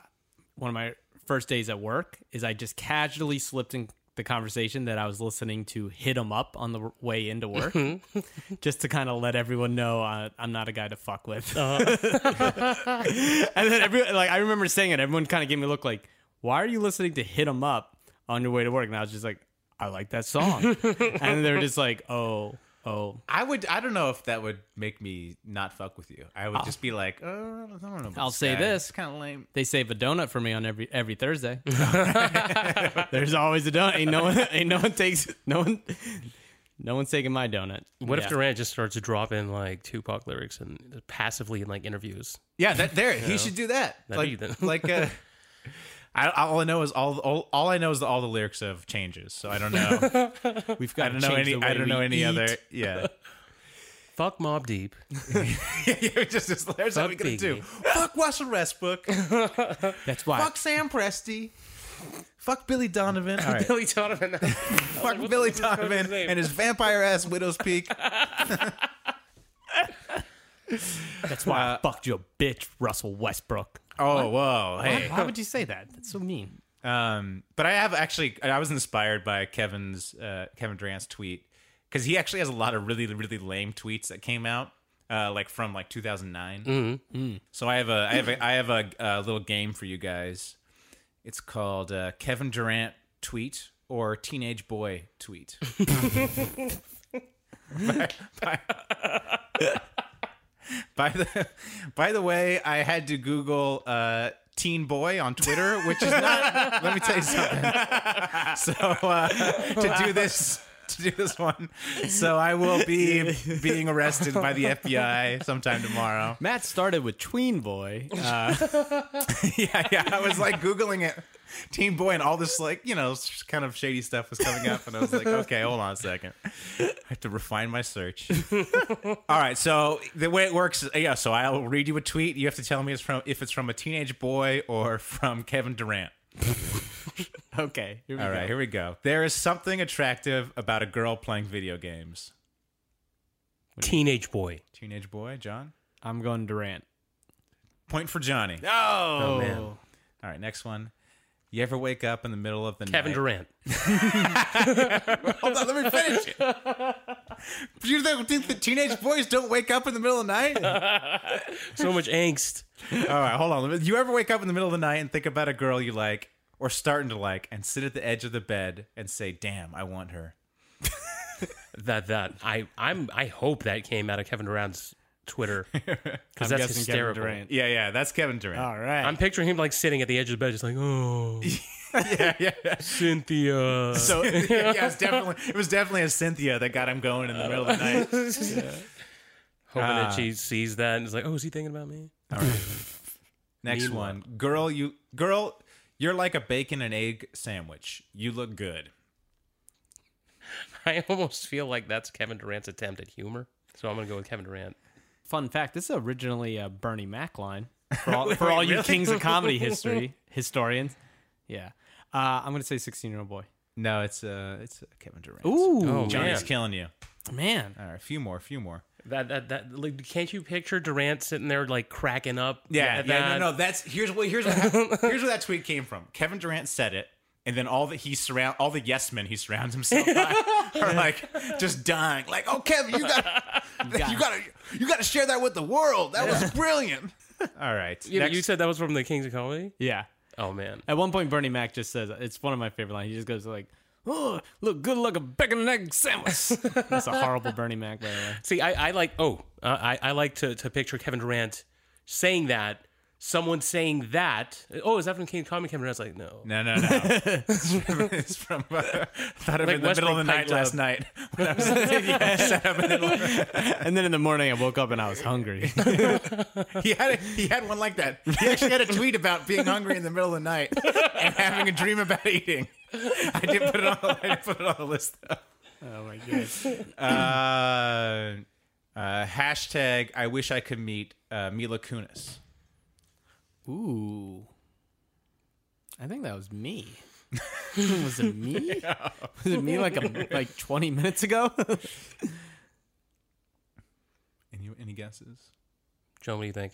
Speaker 6: one of my first days at work is I just casually slipped in the conversation that I was listening to "Hit 'Em Up" on the r- way into work,
Speaker 4: Mm-hmm.
Speaker 6: [laughs] just to kind of let everyone know uh, I'm not a guy to fuck with. [laughs] and then every like I remember saying it, everyone kind of gave me a look like, "Why are you listening to Hit 'Em Up on your way to work?" And I was just like, "I like
Speaker 4: [laughs]
Speaker 6: that song," and they were just like, "Oh, oh."
Speaker 4: I would. I don't know if that would make me not fuck with you. I would just be like, uh, I don't know. About
Speaker 6: I'll say this.
Speaker 4: kind of lame.
Speaker 6: They save a donut for me on every every Thursday. [laughs] There's always a donut. Ain't no one ain't no one takes no one no one's taking my donut.
Speaker 5: What
Speaker 6: Yeah.
Speaker 5: if Durant just starts dropping like Tupac lyrics and passively in like interviews?
Speaker 4: Yeah, that there. He should do that.
Speaker 5: That'd
Speaker 4: like,
Speaker 5: be
Speaker 4: [laughs]
Speaker 5: the-
Speaker 4: like. Uh, I, all I know is all, all all I know is all the lyrics of changes. So I don't [laughs] know.
Speaker 6: We've
Speaker 4: I
Speaker 6: got
Speaker 4: don't know any. I don't know any other. [laughs] Yeah.
Speaker 5: Fuck Mob Deep.
Speaker 4: yeah, just, just there's what we
Speaker 5: Fuck
Speaker 4: gonna do.
Speaker 5: Biggie.
Speaker 4: Fuck Russell Westbrook. [laughs]
Speaker 6: That's why
Speaker 4: fuck Sam Presti. Fuck Billy Donovan. All right.
Speaker 5: [laughs] Billy [laughs]
Speaker 4: [laughs]
Speaker 5: Donovan.
Speaker 4: fuck Billy Donovan
Speaker 5: name?
Speaker 4: and his vampire ass Widow's Peak.
Speaker 6: that's why I fucked your bitch, Russell Westbrook.
Speaker 4: [laughs] Oh, whoa.
Speaker 6: Why,
Speaker 4: Hey.
Speaker 6: why would you say that? That's so mean.
Speaker 4: Um, but I have actually, I was inspired by Kevin's uh, Kevin Durant's tweet because he actually has a lot of really, really lame tweets that came out uh, like from like 2009. So I have a, I have a, I have a, uh little game for you guys. It's called uh, Kevin Durant tweet or teenage boy tweet. [laughs] By the by the way, I had to Google uh, teen boy on [laughs] Twitter, which is not. let me tell you something. So uh, to do this, to do this one. So I will [laughs] be being arrested by the FBI sometime tomorrow.
Speaker 6: Matt started with tween boy. Uh,
Speaker 4: [laughs] Yeah, yeah. I was like Googling it. Teen Boy and all this like, you know, s- kind of shady stuff was coming up and I was like, okay, hold on a second. I have to refine my [laughs] search. all right, so the way it works is yeah, so I'll read you a tweet. You have to tell me it's from if it's from a teenage boy or from Kevin Durant.
Speaker 6: okay. Here we
Speaker 4: All
Speaker 6: go.
Speaker 4: right, here we go. There is something attractive about a girl playing video games.
Speaker 5: [laughs] Teenage boy.
Speaker 4: Teenage boy, John?
Speaker 6: I'm going Durant.
Speaker 4: Point for Johnny.
Speaker 6: Oh,
Speaker 5: Um,
Speaker 4: man. All right, next one. You ever wake up in the middle of the
Speaker 5: Kevin
Speaker 4: night?
Speaker 5: Durant.
Speaker 4: Hold on, let me
Speaker 5: [laughs]
Speaker 4: finish it. Do you think think that teenage boys don't wake up in the middle of the
Speaker 5: [laughs]
Speaker 4: night? All
Speaker 5: So [laughs] much angst.
Speaker 4: right, hold on. You ever wake up in the middle of the night and think about a girl you like or starting to like and sit at the edge of the bed and say, damn, I want her?
Speaker 5: That that I I'm I hope that came out of Kevin Durant's Twitter [laughs] because that's
Speaker 6: guessing Kevin
Speaker 5: hysterical.
Speaker 6: Durant.
Speaker 4: Yeah, yeah, that's Kevin Durant.
Speaker 6: All right.
Speaker 5: I'm picturing him like sitting at the edge of the bed, just like, [laughs] oh,
Speaker 4: yeah, yeah.
Speaker 5: [laughs] Cynthia.
Speaker 4: So [laughs] yeah, it was definitely it was definitely a Cynthia that got him going in the middle of the [laughs] night.
Speaker 5: Hoping that she sees that and is like, oh, is he thinking about me? [laughs]
Speaker 4: Next
Speaker 5: Meanwhile.
Speaker 4: one, girl, you girl, you're like a bacon and egg sandwich. You look good.
Speaker 5: I almost feel like that's Kevin Durant's attempt at humor. So I'm gonna go with Kevin Durant.
Speaker 6: Fun fact: This is originally a Bernie Mac line for [laughs] all, for all you kings of comedy [laughs] history historians. Yeah, uh, I'm gonna say 16 year old boy.
Speaker 4: No, it's uh, it's uh, Kevin Durant.
Speaker 5: Oh,
Speaker 4: Johnny's
Speaker 5: man.
Speaker 4: killing you.
Speaker 6: man,
Speaker 4: All right, a few more, a few more.
Speaker 5: That that that like, can't you picture Durant sitting there like cracking up? at that?
Speaker 4: no, no. That's here's what here's what hap- here's where that tweet came from. Kevin Durant said it, and then all that he surround all the yes men he surrounds himself [laughs] by are like just dying. Like, oh, Kevin, you [laughs] got you got to you got to share that with the world. That was brilliant. All right,
Speaker 5: You,
Speaker 4: next- Uh,
Speaker 5: you said that was from the Kings of Comedy.
Speaker 6: yeah.
Speaker 5: Oh man,
Speaker 6: At one point, Bernie Mac just says it's one of my favorite lines. He just goes like, "Oh, look good like a bacon and egg sandwich." That's a horrible Bernie Mac, by the way.
Speaker 5: [laughs] see, I, I like oh, uh, I I like to to picture Kevin Durant saying that. Someone saying that. Oh, is that from Kings of Comedy? Kevin Durant's like, no.
Speaker 4: No, no, no. [laughs] it's from, uh, thought of it in
Speaker 5: Like
Speaker 4: the middle of
Speaker 5: Westbrook
Speaker 4: the night
Speaker 5: Pint
Speaker 4: last
Speaker 5: Club.
Speaker 4: night. When I was [laughs] set up in the middle of-
Speaker 6: And then in the morning, I woke up and I was hungry.
Speaker 4: he had a, he had one like that. He actually had a tweet about being hungry in the middle of the night and having a dream about eating. I didn't put it on the, I didn't put it on the list though.
Speaker 6: oh my
Speaker 4: Uh,
Speaker 6: god.
Speaker 4: uh, hashtag I wish I could meet uh, Mila Kunis.
Speaker 6: Ooh. I think that was me. was it me? Was it me like a, like 20 minutes ago? [laughs]
Speaker 4: Any any guesses?
Speaker 5: John, what do you think?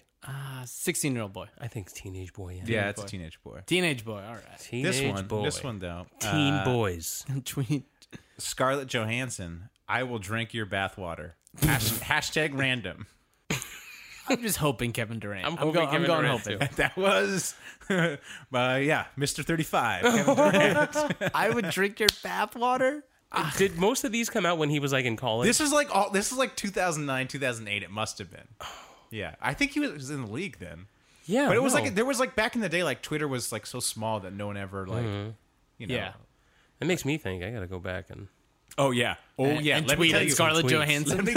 Speaker 6: 16 year old Ah, boy.
Speaker 5: I think it's teenage boy. Yeah.
Speaker 4: Yeah, it's a teenage boy.
Speaker 6: Teenage boy. All right.
Speaker 5: Teenage
Speaker 4: This one,
Speaker 5: boy.
Speaker 4: this one though.
Speaker 5: Teen
Speaker 4: uh,
Speaker 5: boys.
Speaker 6: Tween.
Speaker 4: Scarlett Johansson. I will drink your bathwater. Hash, hashtag random.
Speaker 6: I'm just hoping Kevin Durant.
Speaker 5: I'm hoping Kevin Durant,
Speaker 6: hoping.
Speaker 4: [laughs] That was, [laughs] uh, yeah, Mr. 35. [laughs] Kevin Durant.
Speaker 6: I would drink your bathwater.
Speaker 5: Did most of these come out when he was like in college?
Speaker 4: Ah. this is like all. This is like 2009, 2008. It must have been. Yeah, I think he was, was in the league then.
Speaker 5: yeah,
Speaker 4: But it was
Speaker 5: no.
Speaker 4: like there was like back in the day, like Twitter was like so small that no one ever like, you know.
Speaker 6: Yeah.
Speaker 5: It makes me think. I gotta go back and
Speaker 4: Oh yeah. Oh yeah.
Speaker 6: And
Speaker 4: Let me
Speaker 6: tweet
Speaker 4: tell
Speaker 6: at
Speaker 4: you.
Speaker 6: Scarlett
Speaker 5: tweets.
Speaker 6: Johansson.
Speaker 4: Let me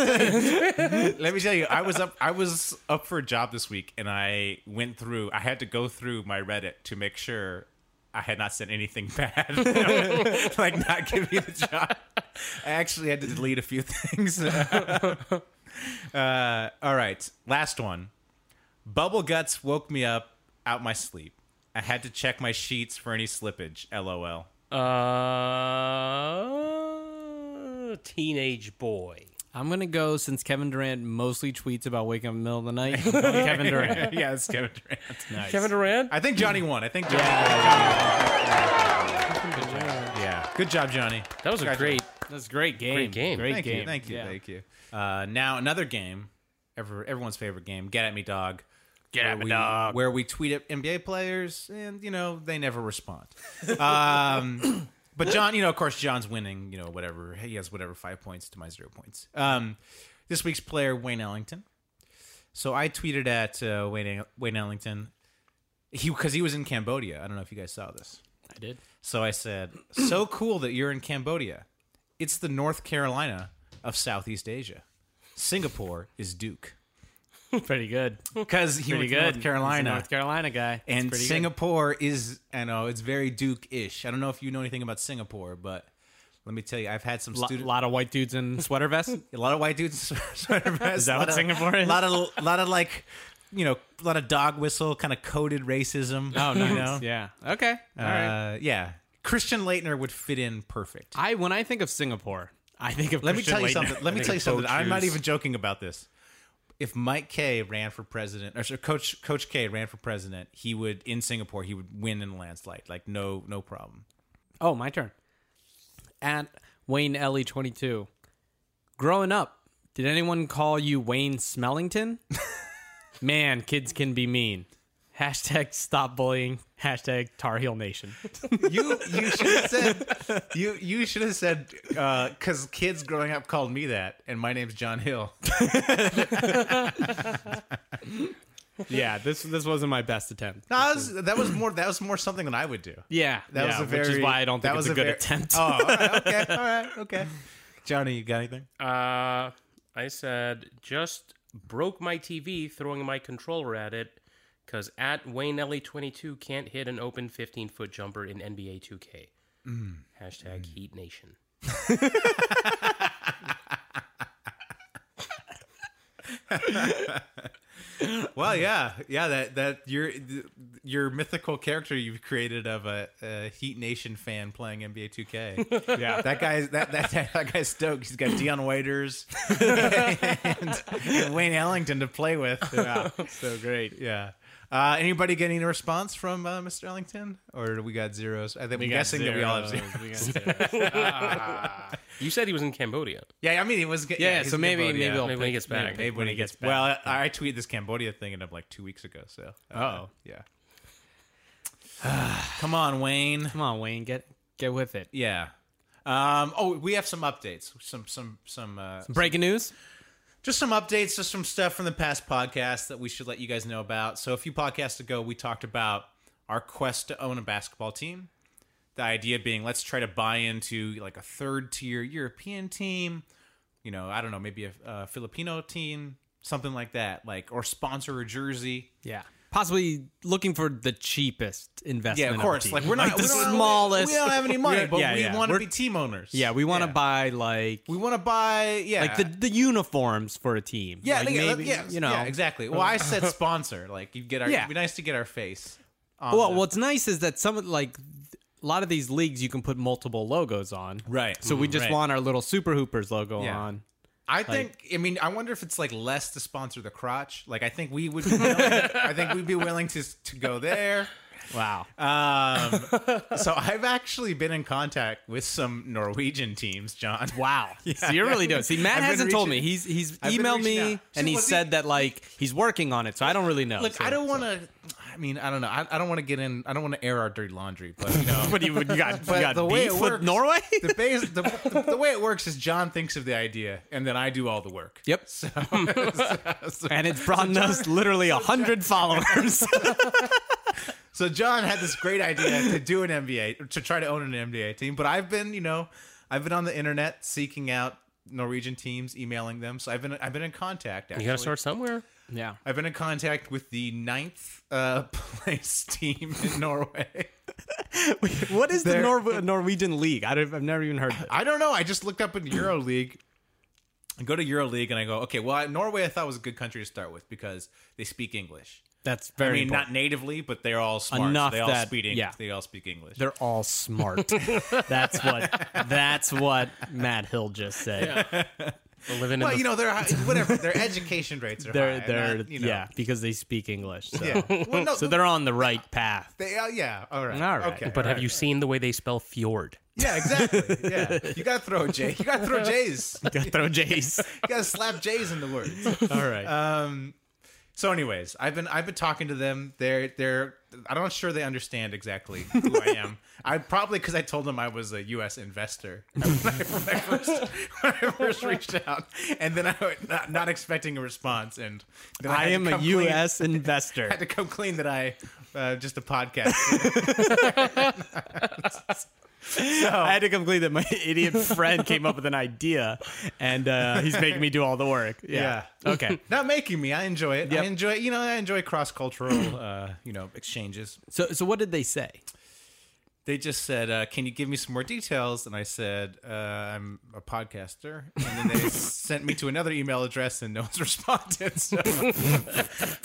Speaker 4: tell you, [laughs] I was up I was up for a job this week and I went through I had to go through my Reddit to make sure I had not sent anything [laughs] bad. like not give me the job. I actually had to delete a few things. [laughs] uh, all right. Last one. Bubble guts woke me up out my sleep. I had to check my sheets for any slippage. LOL.
Speaker 5: uh, teenage boy.
Speaker 6: [laughs] I'm going to go since Kevin Durant mostly tweets about waking up in the middle of the night. I'm going Kevin
Speaker 4: [laughs]
Speaker 6: Durant.
Speaker 4: yeah, that's Kevin
Speaker 6: [laughs]
Speaker 4: Durant.
Speaker 5: Kevin Durant.
Speaker 4: I think Johnny won. I think Johnny won. Yeah. Good job, Johnny.
Speaker 5: That was a great.
Speaker 6: That's a great game.
Speaker 5: Great game.
Speaker 6: Great
Speaker 4: Thank
Speaker 6: game.
Speaker 4: you. Thank you.
Speaker 6: Yeah.
Speaker 4: Thank you. Uh, now another game, ever, everyone's favorite game, Get At Me Dog. Get at me, dog. Where we tweet at NBA players, and you know they never respond. [laughs] Um, but John, you know, of course, John's winning. You know, whatever he has, whatever five points to my zero points. Um, this week's player, Wayne Ellington. So I tweeted at uh, Wayne Wayne Ellington, he because he was in Cambodia. I don't know if you guys saw this.
Speaker 6: I did.
Speaker 4: So I said, "So cool that you're in Cambodia." It's the North Carolina of Southeast Asia. Singapore is Duke
Speaker 6: pretty good.
Speaker 4: because he
Speaker 6: Pretty
Speaker 4: went to
Speaker 6: good. He's
Speaker 4: North
Speaker 6: a
Speaker 4: Carolina.
Speaker 6: North Carolina guy. That's
Speaker 4: and
Speaker 6: pretty good.
Speaker 4: Singapore is, I know it's very Duke-ish. I don't know if you know anything about Singapore, but let me tell you, I've had some
Speaker 6: Lo-
Speaker 4: students,
Speaker 6: lot of white dudes in sweater vests.
Speaker 4: a lot of white dudes, [laughs] in sweater vests,
Speaker 6: Is that what
Speaker 4: lot of-
Speaker 6: Singapore is?
Speaker 4: lot of, lot of like, you know, a lot of dog whistle, kind of coded racism. Oh no, you
Speaker 6: [laughs]
Speaker 4: know?
Speaker 6: yeah. Okay. All right.
Speaker 4: Uh, yeah. Christian Leitner would fit in perfect.
Speaker 6: I when I think of Singapore, I think of
Speaker 4: Let me
Speaker 6: Christian
Speaker 4: tell you
Speaker 6: Leitner.
Speaker 4: something. Let me tell you
Speaker 5: Bo
Speaker 4: something. I'm not
Speaker 5: Cruz.
Speaker 4: even joking about this. If Mike K ran for president, or sorry, Coach Coach K ran for president, he would in Singapore he would win in a landslide, like no no problem.
Speaker 6: Oh, my turn. At Wayne Ellie twenty two. Growing up, did anyone call you Wayne [laughs] Smellington? Man, kids can be mean. Hashtag stop bullying. Hashtag Tar Heel Nation.
Speaker 4: You you should have said [laughs] you you should have said because kids growing up called me that, and my name's John Hill.
Speaker 6: yeah, this this wasn't my best attempt.
Speaker 4: That was, that was more that was more something than I would do.
Speaker 6: Yeah,
Speaker 4: That
Speaker 6: yeah,
Speaker 4: was a very
Speaker 6: which is why I don't
Speaker 4: that
Speaker 6: think it was
Speaker 4: was
Speaker 6: a, good
Speaker 4: very-
Speaker 6: attempt.
Speaker 4: Oh, all right, [laughs] okay, all right, okay. Johnny, you got anything?
Speaker 5: Uh, I said just broke my TV throwing my controller at it because at Wayne Ellie 22 can't hit an open 15 foot jumper in NBA 2K.
Speaker 4: Mm.
Speaker 5: Hashtag Heat Nation.
Speaker 4: Well, yeah, yeah. That that your your mythical character you've created of a, a Heat Nation fan playing NBA 2K. [laughs] yeah, that guy's that that that guy's stoked. He's got Deion [laughs] Waiters and, and Wayne Ellington to play with. Yeah, so great. [laughs] Yeah. Uh, anybody getting a response from uh, Mr. Ellington, or we got zeros? I think I'm guessing that we all have zeros.
Speaker 5: You said he was in Cambodia.
Speaker 4: Yeah, I mean he was. Yeah,
Speaker 6: Yeah,
Speaker 4: he's
Speaker 6: so
Speaker 4: in
Speaker 6: maybe-
Speaker 4: Cambodia.
Speaker 6: maybe I'll
Speaker 5: Maybe when he gets back.
Speaker 4: Maybe when he gets back. Well, I, I tweeted this Cambodia thing and up like two weeks ago. So, oh yeah. [sighs] Come on, Wayne.
Speaker 6: Come on, Wayne, get get with it.
Speaker 4: Yeah. Um, oh, we have some updates. Some, some, some. Uh,
Speaker 6: Breaking news.
Speaker 4: just some updates, just some stuff from the past podcast that we should let you guys know about. So, a few podcasts ago, we talked about our quest to own a basketball team. The idea being, let's try to buy into like a third tier European team. You know, I don't know, maybe a, a Filipino team, something like that. Like, or sponsor a jersey.
Speaker 6: Yeah. Possibly looking for the cheapest investment.
Speaker 4: Yeah, of
Speaker 6: a
Speaker 4: course.
Speaker 6: team.
Speaker 4: Like, we're not
Speaker 6: the
Speaker 4: we don't-
Speaker 6: smallest.
Speaker 4: We don't have any money,
Speaker 6: Yeah,
Speaker 4: but
Speaker 6: yeah,
Speaker 4: we
Speaker 6: yeah.
Speaker 4: want to
Speaker 6: We're-
Speaker 4: be team owners.
Speaker 6: Yeah, we want to buy like
Speaker 4: We want to buy. Yeah,
Speaker 6: like the the uniforms for a team.
Speaker 4: Yeah,
Speaker 6: like
Speaker 4: yeah,
Speaker 6: maybe
Speaker 4: yeah,
Speaker 6: you know
Speaker 4: yeah, exactly. Well, I said sponsor. Like you get our.
Speaker 6: Yeah.
Speaker 4: It'd be nice to get our face. on
Speaker 6: Oh, Well,
Speaker 4: the-
Speaker 6: what's nice is that some of, like a lot of these leagues you can put multiple logos on.
Speaker 4: Right.
Speaker 6: So we just
Speaker 4: Right.
Speaker 6: want our little Super Hoopers logo
Speaker 4: Yeah.
Speaker 6: on.
Speaker 4: I think. I mean, I wonder if it's like less to sponsor the crotch. Like I think we would.
Speaker 6: [laughs]
Speaker 4: Be willing, I think we'd be willing to to go there.
Speaker 6: Wow.
Speaker 4: Um,
Speaker 6: [laughs]
Speaker 4: so I've actually been in contact with some Norwegian teams, John.
Speaker 6: [laughs] Wow. So you're [laughs] really doing. See, Matt
Speaker 4: I've been
Speaker 6: hasn't told me.
Speaker 4: reaching-
Speaker 6: He's he's
Speaker 4: I've been
Speaker 6: emailed
Speaker 4: reaching
Speaker 6: me
Speaker 4: out.
Speaker 6: and
Speaker 4: See,
Speaker 6: he
Speaker 4: well, see-
Speaker 6: said that like he's working on it. So I don't really know.
Speaker 4: [laughs] Look,
Speaker 6: so-
Speaker 4: I don't want to. I mean, I don't know. I, I don't want to get in. I don't want to air our dirty laundry, but you know.
Speaker 6: [laughs] What do you, you got? you
Speaker 4: But
Speaker 6: got
Speaker 4: the way
Speaker 6: beef
Speaker 4: it
Speaker 6: with
Speaker 4: works- [laughs]
Speaker 6: Norway?
Speaker 4: the, base, the, the, the way it works is John thinks of the idea and then I do all the work.
Speaker 6: Yep. and it's brought us literally a hundred
Speaker 4: [laughs]
Speaker 6: followers.
Speaker 4: [laughs] So John had this great idea to do an MBA to try to own an MBA team, but I've been, you know, I've been on the internet seeking out Norwegian teams, emailing them. So I've been I've been in contact actually.
Speaker 5: You got to start somewhere.
Speaker 6: yeah.
Speaker 4: I've been in contact with the ninth uh, [laughs] place team in Norway.
Speaker 6: [laughs] What is the
Speaker 4: There-
Speaker 6: Nor- Norwegian league? I don't, I've never even heard of it.
Speaker 4: I don't know. I just looked up in EuroLeague. I go to EuroLeague and I go, okay, well, I- Norway I thought was a good country to start with because they speak English.
Speaker 6: That's
Speaker 4: I
Speaker 6: very
Speaker 4: mean, not natively, but they're all smart.
Speaker 6: Enough
Speaker 4: they all
Speaker 6: that-
Speaker 4: speak English.
Speaker 6: yeah.
Speaker 4: They all speak English.
Speaker 6: They're all [laughs] smart. that's what. That's what Matt Hill just said.
Speaker 5: Living
Speaker 4: well,
Speaker 5: in
Speaker 4: you
Speaker 5: the
Speaker 4: know,
Speaker 6: [laughs]
Speaker 4: they're high, whatever. Their education rates are
Speaker 6: They're
Speaker 4: high.
Speaker 6: they're
Speaker 4: and that, you know,
Speaker 6: yeah because they speak English. So.
Speaker 4: yeah. Well, no,
Speaker 6: [laughs] so they're on the right path.
Speaker 4: they, uh, yeah. All right.
Speaker 6: All right.
Speaker 4: Okay,
Speaker 5: But
Speaker 4: all
Speaker 5: have
Speaker 4: right.
Speaker 5: you seen the way they spell fjord?
Speaker 4: Yeah, exactly.
Speaker 6: [laughs]
Speaker 4: Yeah, you got to throw a J. You got to throw J's. You
Speaker 6: Gotta
Speaker 4: [laughs]
Speaker 6: throw J's.
Speaker 4: got to slap J's in the words.
Speaker 6: All right.
Speaker 4: Um. So, anyways, I've been I've been talking to them. They're they're I'm not sure they understand exactly who I am. [laughs] I probably because I told them I was a U.S. investor [laughs] when I, when I first, [laughs] when I first reached out, and then I was not, not expecting a response, and then
Speaker 6: I
Speaker 4: had to
Speaker 6: am a
Speaker 4: come clean- [laughs]
Speaker 6: U.S. investor.
Speaker 4: had to come clean that I uh, just a podcast.
Speaker 6: I had to complain that my [laughs] idiot friend came up with an idea, and uh, he's making me do all the work. Yeah. Okay.
Speaker 4: [laughs] Not making me. I enjoy it.
Speaker 6: Yep.
Speaker 4: I enjoy. You know, I enjoy cross cultural, uh, you know, exchanges.
Speaker 6: So, so what did they say?
Speaker 4: They just said, uh, "Can you give me some more details?" And I said, uh, "I'm a podcaster." And then
Speaker 6: [laughs]
Speaker 4: they sent me to another email address, and no one's [laughs] responded. So,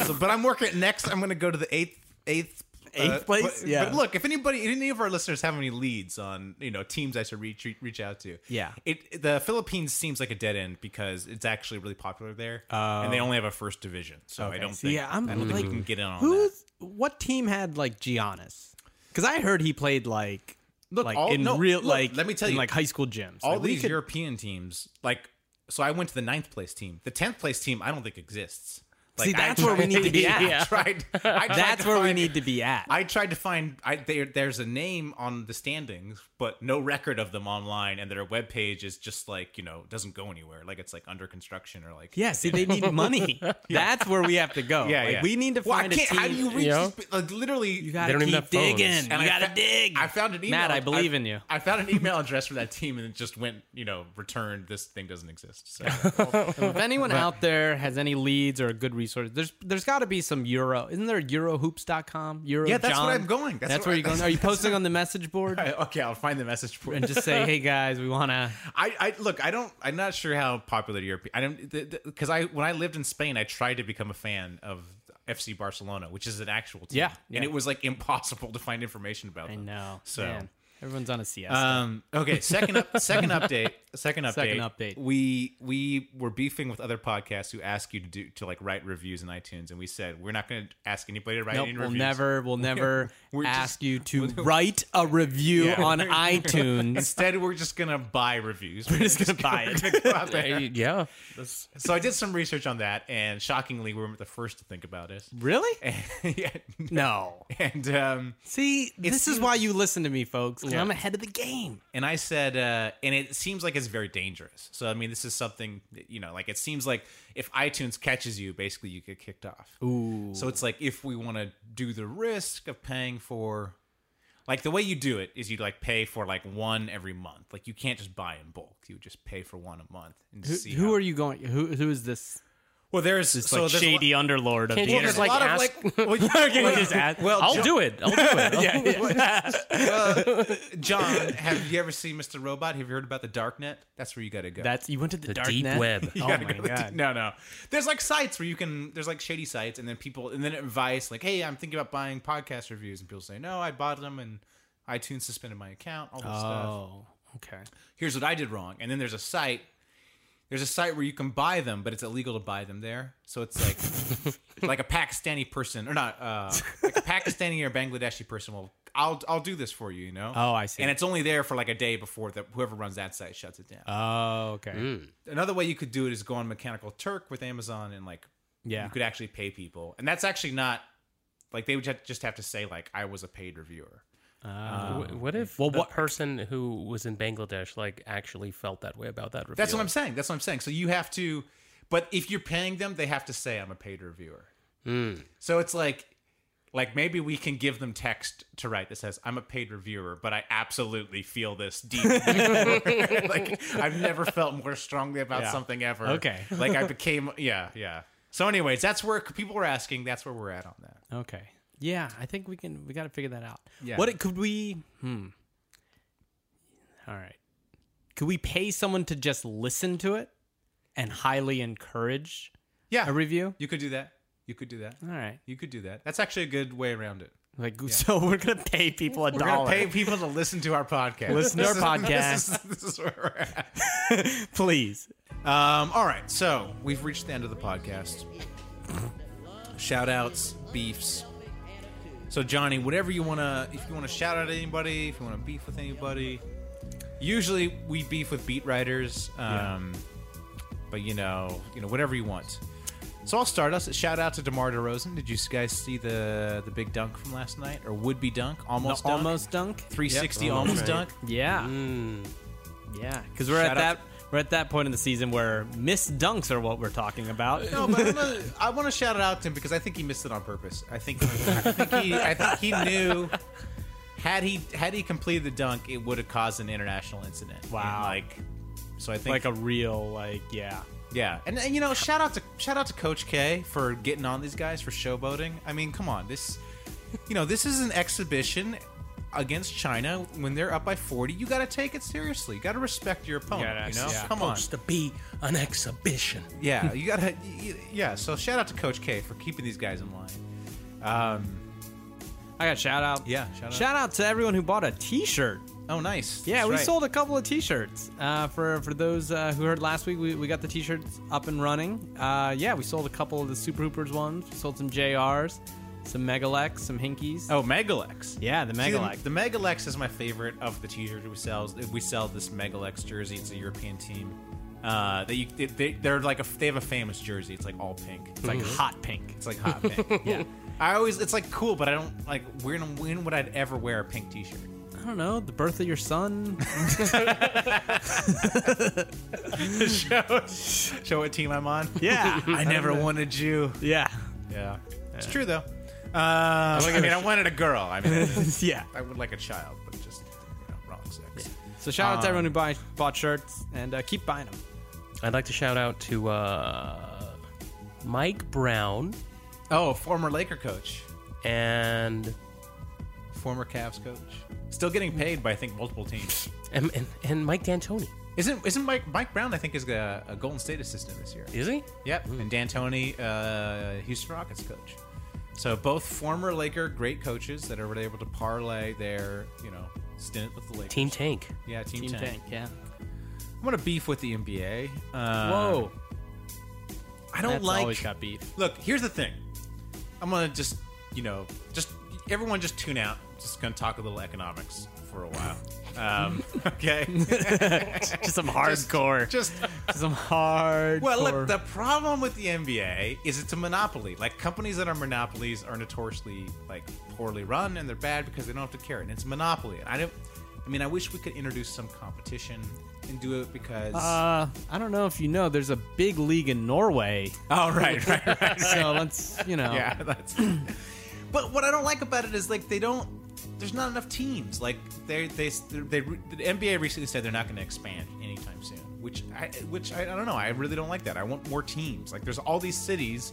Speaker 4: so but I'm working next. I'm going to go to the eighth, eighth. uh,
Speaker 6: Eighth place?
Speaker 4: but,
Speaker 6: Yeah.
Speaker 4: But look, if anybody, any of our listeners have any leads on you know teams I should reach reach out to,
Speaker 6: Yeah.
Speaker 4: it the Philippines seems like a dead end because it's actually really popular there, and
Speaker 6: Oh.
Speaker 4: they only have a first division, so I don't
Speaker 6: So,
Speaker 4: think
Speaker 6: yeah, I'm
Speaker 4: I don't think
Speaker 6: like,
Speaker 4: we can get in on that.
Speaker 6: Who's what team had like Giannis? Because I heard he played like
Speaker 4: Look,
Speaker 6: like
Speaker 4: all-
Speaker 6: in
Speaker 4: no,
Speaker 6: real
Speaker 4: look,
Speaker 6: like
Speaker 4: let me tell
Speaker 6: in,
Speaker 4: you,
Speaker 6: like high school gyms.
Speaker 4: all
Speaker 6: Like, we
Speaker 4: these
Speaker 6: could-
Speaker 4: European teams, like, so I went to the ninth place team. The tenth place team, I don't think exists. Like,
Speaker 6: See,
Speaker 4: I
Speaker 6: that's where we
Speaker 4: [laughs]
Speaker 6: need to be at.
Speaker 4: I tried, [laughs] I
Speaker 6: [laughs]
Speaker 4: tried
Speaker 6: that's
Speaker 4: to
Speaker 6: where we
Speaker 4: find-
Speaker 6: need to be at.
Speaker 4: I tried to find. I, there, there's a name on the standings, but no record of them online, and their webpage is just like you know doesn't go anywhere. Like it's like under construction or like
Speaker 6: yeah, see, they need
Speaker 4: [laughs]
Speaker 6: money. That's where we have to go.
Speaker 4: yeah,
Speaker 6: Like,
Speaker 4: yeah.
Speaker 6: we need to
Speaker 4: Well, I
Speaker 6: find a
Speaker 4: can't-
Speaker 6: team.
Speaker 4: How do you reach?
Speaker 5: you know?
Speaker 4: these pe- like literally,
Speaker 6: You gotta
Speaker 5: They don't
Speaker 6: keep
Speaker 5: even have phones.
Speaker 6: digging.
Speaker 5: And
Speaker 6: you
Speaker 4: I
Speaker 6: gotta
Speaker 4: fo-
Speaker 6: dig.
Speaker 4: I found an email.
Speaker 6: Matt, I believe in you.
Speaker 4: I found an
Speaker 6: [laughs]
Speaker 4: email address for that team, and it just went, you know, returned. This thing doesn't exist.
Speaker 6: [laughs]
Speaker 4: So.
Speaker 6: if anyone out there has any leads or a good resource, there's there's got to be some Euro. Isn't there Eurohoops.com? Euro.
Speaker 4: Yeah, that's
Speaker 6: John?
Speaker 4: where I'm going. That's
Speaker 6: That's,
Speaker 4: where
Speaker 6: where
Speaker 4: I- [laughs]
Speaker 6: you're going. Are you posting on the message board
Speaker 4: I- okay, I'll find the message for
Speaker 6: and just say, "Hey guys, we want to."
Speaker 4: I, I look. I don't. I'm not sure how popular European. I don't because I when I lived in Spain, I tried to become a fan of FC Barcelona, which is an actual team.
Speaker 6: Yeah, yeah.
Speaker 4: and it was like impossible to find information about.
Speaker 6: I
Speaker 4: them.
Speaker 6: know.
Speaker 4: So-
Speaker 6: man. everyone's on a siesta.
Speaker 4: Um. Okay. Second. Up, second update. Second update.
Speaker 6: [laughs] Second update.
Speaker 4: We we were beefing with other podcasts who ask you to do to like write reviews in iTunes, and we said we're not going to ask anybody to write
Speaker 6: nope,
Speaker 4: any
Speaker 6: we'll
Speaker 4: reviews.
Speaker 6: never, we'll never
Speaker 4: [laughs] We're just-
Speaker 6: ask
Speaker 4: [laughs]
Speaker 6: you to write a review
Speaker 4: Yeah. [laughs]
Speaker 6: on iTunes.
Speaker 4: Instead, we're just going to buy reviews.
Speaker 6: [laughs]
Speaker 4: We're
Speaker 6: just gonna buy it.
Speaker 4: gonna go
Speaker 6: [laughs]
Speaker 4: out there.
Speaker 5: yeah.
Speaker 4: So I did some research on that, and shockingly, we were the first to think about it.
Speaker 6: [laughs] really?
Speaker 4: yeah.
Speaker 6: Mm-hmm. No.
Speaker 4: [laughs] And um,
Speaker 6: See, this is
Speaker 4: seems-
Speaker 6: why you listen to me, folks. 'cause I'm ahead of the game.
Speaker 4: and I said, uh, and it seems like it's very dangerous. So I mean, this is something that, you know, like it seems like if iTunes catches you, basically you get kicked off. Ooh. So it's like if we want to do the risk of paying for, like the way you do it is you like pay for like one every month. Like you can't just buy in bulk. You just pay for one a month and
Speaker 6: Who,
Speaker 4: see.
Speaker 6: who are you going? Who who
Speaker 4: [laughs]
Speaker 6: is this?
Speaker 4: Well, there's
Speaker 6: It's
Speaker 4: so
Speaker 6: like
Speaker 4: there's a
Speaker 6: shady underlord of the
Speaker 5: Can't you
Speaker 4: Well,
Speaker 6: internet.
Speaker 4: there's
Speaker 5: Like,
Speaker 4: a lot
Speaker 5: ask-
Speaker 4: of like.
Speaker 6: [laughs]
Speaker 4: Well, you, well,
Speaker 6: just ask-
Speaker 4: well,
Speaker 5: I'll
Speaker 4: John,
Speaker 6: [laughs]
Speaker 5: do it. I'll do [laughs] it. I'll do it.
Speaker 4: [laughs] John,
Speaker 6: [laughs]
Speaker 4: have you ever seen Mr. Robot? Have you heard about the darknet? That's where you got to [laughs] go.
Speaker 6: That's you went to the,
Speaker 5: The
Speaker 6: dark
Speaker 5: deep
Speaker 6: net?
Speaker 5: web.
Speaker 6: Oh
Speaker 4: You gotta
Speaker 6: my
Speaker 4: go to the-
Speaker 6: god!
Speaker 4: No, no. There's like sites where you can. There's like shady sites, and then people, and then advice like, "Hey, I'm thinking about buying podcast reviews," and people say, "No, I bought them, and iTunes suspended my account." All this stuff.
Speaker 6: Oh, okay.
Speaker 4: Here's what I did wrong, and then there's a site. There's a site where you can buy them, but it's illegal to buy them there. So it's
Speaker 6: [laughs]
Speaker 4: like, like a Pakistani person, or not, uh, like a Pakistani or Bangladeshi person will. I'll I'll do this for you, you know.
Speaker 6: Oh, I see.
Speaker 4: And it's only there for like a day before that. Whoever runs that site shuts it down
Speaker 6: Oh, okay.
Speaker 4: Uh, another way you could do it is go on Mechanical Turk with Amazon and like
Speaker 6: Yeah.
Speaker 4: you could actually pay people, and that's actually not like they would ju- just have to say like I was a paid reviewer.
Speaker 5: W- Uh, what if
Speaker 6: Well,
Speaker 5: the
Speaker 6: what-
Speaker 5: person who was in Bangladesh like actually felt that way about that review?
Speaker 4: That's what I'm saying. That's what I'm saying. So you have to, but if you're paying them, they have to say I'm a paid reviewer.
Speaker 6: Hmm.
Speaker 4: So it's like. Like maybe we can give them text to write that says I'm a paid reviewer, but I absolutely feel this deep. [laughs]
Speaker 6: [laughs]
Speaker 4: like I've never felt more strongly about
Speaker 6: Yeah.
Speaker 4: something ever.
Speaker 6: Okay.
Speaker 4: [laughs] like I became yeah yeah. So anyways, that's where people were asking. That's where we're at on that.
Speaker 6: Okay. Yeah, I think we can. We got to figure that out.
Speaker 4: Yeah.
Speaker 6: What it- could we? Hmm. All right. Could we pay someone to just listen to it and highly encourage
Speaker 4: Yeah,
Speaker 6: a review?
Speaker 4: You could do that. You could do that.
Speaker 6: All right.
Speaker 4: You could do that. That's actually a good way around it.
Speaker 6: Like, so [laughs] we're gonna pay people a
Speaker 4: We're gonna
Speaker 6: dollar.
Speaker 4: pay
Speaker 6: [laughs]
Speaker 4: people to listen to our podcast.
Speaker 6: Listen to
Speaker 4: This
Speaker 6: our
Speaker 4: is-
Speaker 6: podcast.
Speaker 4: [laughs] This is, this is where we're at.
Speaker 6: please.
Speaker 4: Um, all right, so we've reached the end of the podcast. shout outs, beefs. So Johnny, whatever you wanna, if you wanna shout out anybody, if you wanna beef with anybody. Usually we beef with beat writers, um, but you know, you know, whatever you want. So I'll start us. Shout out to Demar Derozan. Did you guys see the the big dunk from last night, or would be dunk? Almost,
Speaker 6: The
Speaker 4: dunk?
Speaker 6: almost dunk.
Speaker 4: 360 almost dunk.
Speaker 6: Yeah. Yeah. Because Mm. we're
Speaker 4: Shout
Speaker 6: at
Speaker 4: out
Speaker 6: that. We're at that point in the season where missed dunks are what we're talking about.
Speaker 4: No, but I'm gonna, I want to shout it out to him because I think he missed it on purpose. I think, I think he, I think he knew had he had he completed the dunk, it would have caused an international incident. And,
Speaker 6: Wow.
Speaker 4: like, so I think
Speaker 6: [laughs] like a real like yeah.
Speaker 4: yeah, and, and you know, shout out to shout out to Coach K for getting on these guys for showboating. I mean, come on, this, you know, this is an exhibition against China when they're up by forty. You got to take it seriously. You got to respect your opponent.
Speaker 6: Yeah,
Speaker 4: you know,
Speaker 6: yeah.
Speaker 4: come on,
Speaker 5: Supposed to be an exhibition.
Speaker 6: [laughs]
Speaker 4: yeah, you gotta, y- y- yeah. So shout out to Coach K for keeping these guys in line. Um,
Speaker 6: I got shout out.
Speaker 4: Yeah, shout out.
Speaker 6: Shout out to everyone who bought a T-shirt.
Speaker 4: oh, nice.
Speaker 6: Yeah,
Speaker 4: That's
Speaker 6: we
Speaker 4: right.
Speaker 6: sold a couple of T-shirts uh, for for those uh, who heard last week. We, we got the T-shirts up and running. Uh, yeah, we sold a couple of the Super Hoopers ones. We sold some JRs, some Megalex, some Hinkies.
Speaker 4: Oh, Megalex.
Speaker 6: yeah, the
Speaker 4: See,
Speaker 6: Megalex.
Speaker 4: The, the Megalex is my favorite of the T-shirts we sell. We sell this Megalex jersey. It's a European team. Uh, that you, they- they, they're like a, they have a famous jersey. It's like all pink. It's like
Speaker 6: like hot pink.
Speaker 4: it's like hot
Speaker 6: [laughs]
Speaker 4: pink. yeah. I always it's like cool, but I don't like when when would I ever wear a pink T-shirt? [laughs]
Speaker 6: I don't know. The birth of your son.
Speaker 4: show show what team I'm on.
Speaker 6: Yeah,
Speaker 4: [laughs] I never wanted you.
Speaker 6: yeah,
Speaker 4: [laughs] Yeah, [laughs] it's true though. Um, I mean, I wanted a girl. I mean, [laughs]
Speaker 6: yeah.
Speaker 4: I would like a child, but just you know, wrong sex.
Speaker 6: So shout
Speaker 4: Uh,
Speaker 6: out to everyone who buy, bought shirts and uh, keep buying them.
Speaker 5: I'd like to shout out to uh, Mike Brown
Speaker 4: Oh, former Laker coach.
Speaker 5: and
Speaker 4: former Cavs coach. Still getting paid by I think multiple teams.
Speaker 5: and, and, and Mike D'Antoni.
Speaker 4: Isn't isn't Mike Mike Brown? I think is a, a Golden State assistant this year.
Speaker 5: Is he?
Speaker 4: Yep, and D'Antoni, uh, Houston Rockets coach. So both former Laker great coaches that are able to parlay their you know stint with the Lakers.
Speaker 5: Team Tank.
Speaker 4: yeah, team,
Speaker 6: Team
Speaker 4: tank.
Speaker 6: Tank, yeah.
Speaker 4: I'm gonna beef with the NBA. Uh,
Speaker 6: Whoa,
Speaker 4: I don't
Speaker 6: that's
Speaker 4: like.
Speaker 6: always got beef.
Speaker 4: Look, here's the thing. I'm gonna just, you know, just everyone just tune out. Just gonna talk a little economics for a while. um, [laughs] okay.
Speaker 6: Just some hardcore.
Speaker 4: Just
Speaker 6: some hard.
Speaker 4: well, look. The problem with the NBA is it's a monopoly. Like companies that are monopolies are notoriously like poorly run and they're bad because they don't have to care. And it's a monopoly. And I don't. I mean, I wish we could introduce some competition and do it because. [laughs]
Speaker 6: uh, I don't know if you know, there's a big league
Speaker 4: [laughs]
Speaker 6: in Norway.
Speaker 4: oh right, right, right.
Speaker 6: So let's, you know,
Speaker 4: yeah, [laughs] [clears throat] that's. but what I don't like about it is like they don't. There's not enough teams. Like they they they the NBA recently said they're not going to expand anytime soon. Which I which I, I don't know. I really don't like that. I want more teams. Like there's all these cities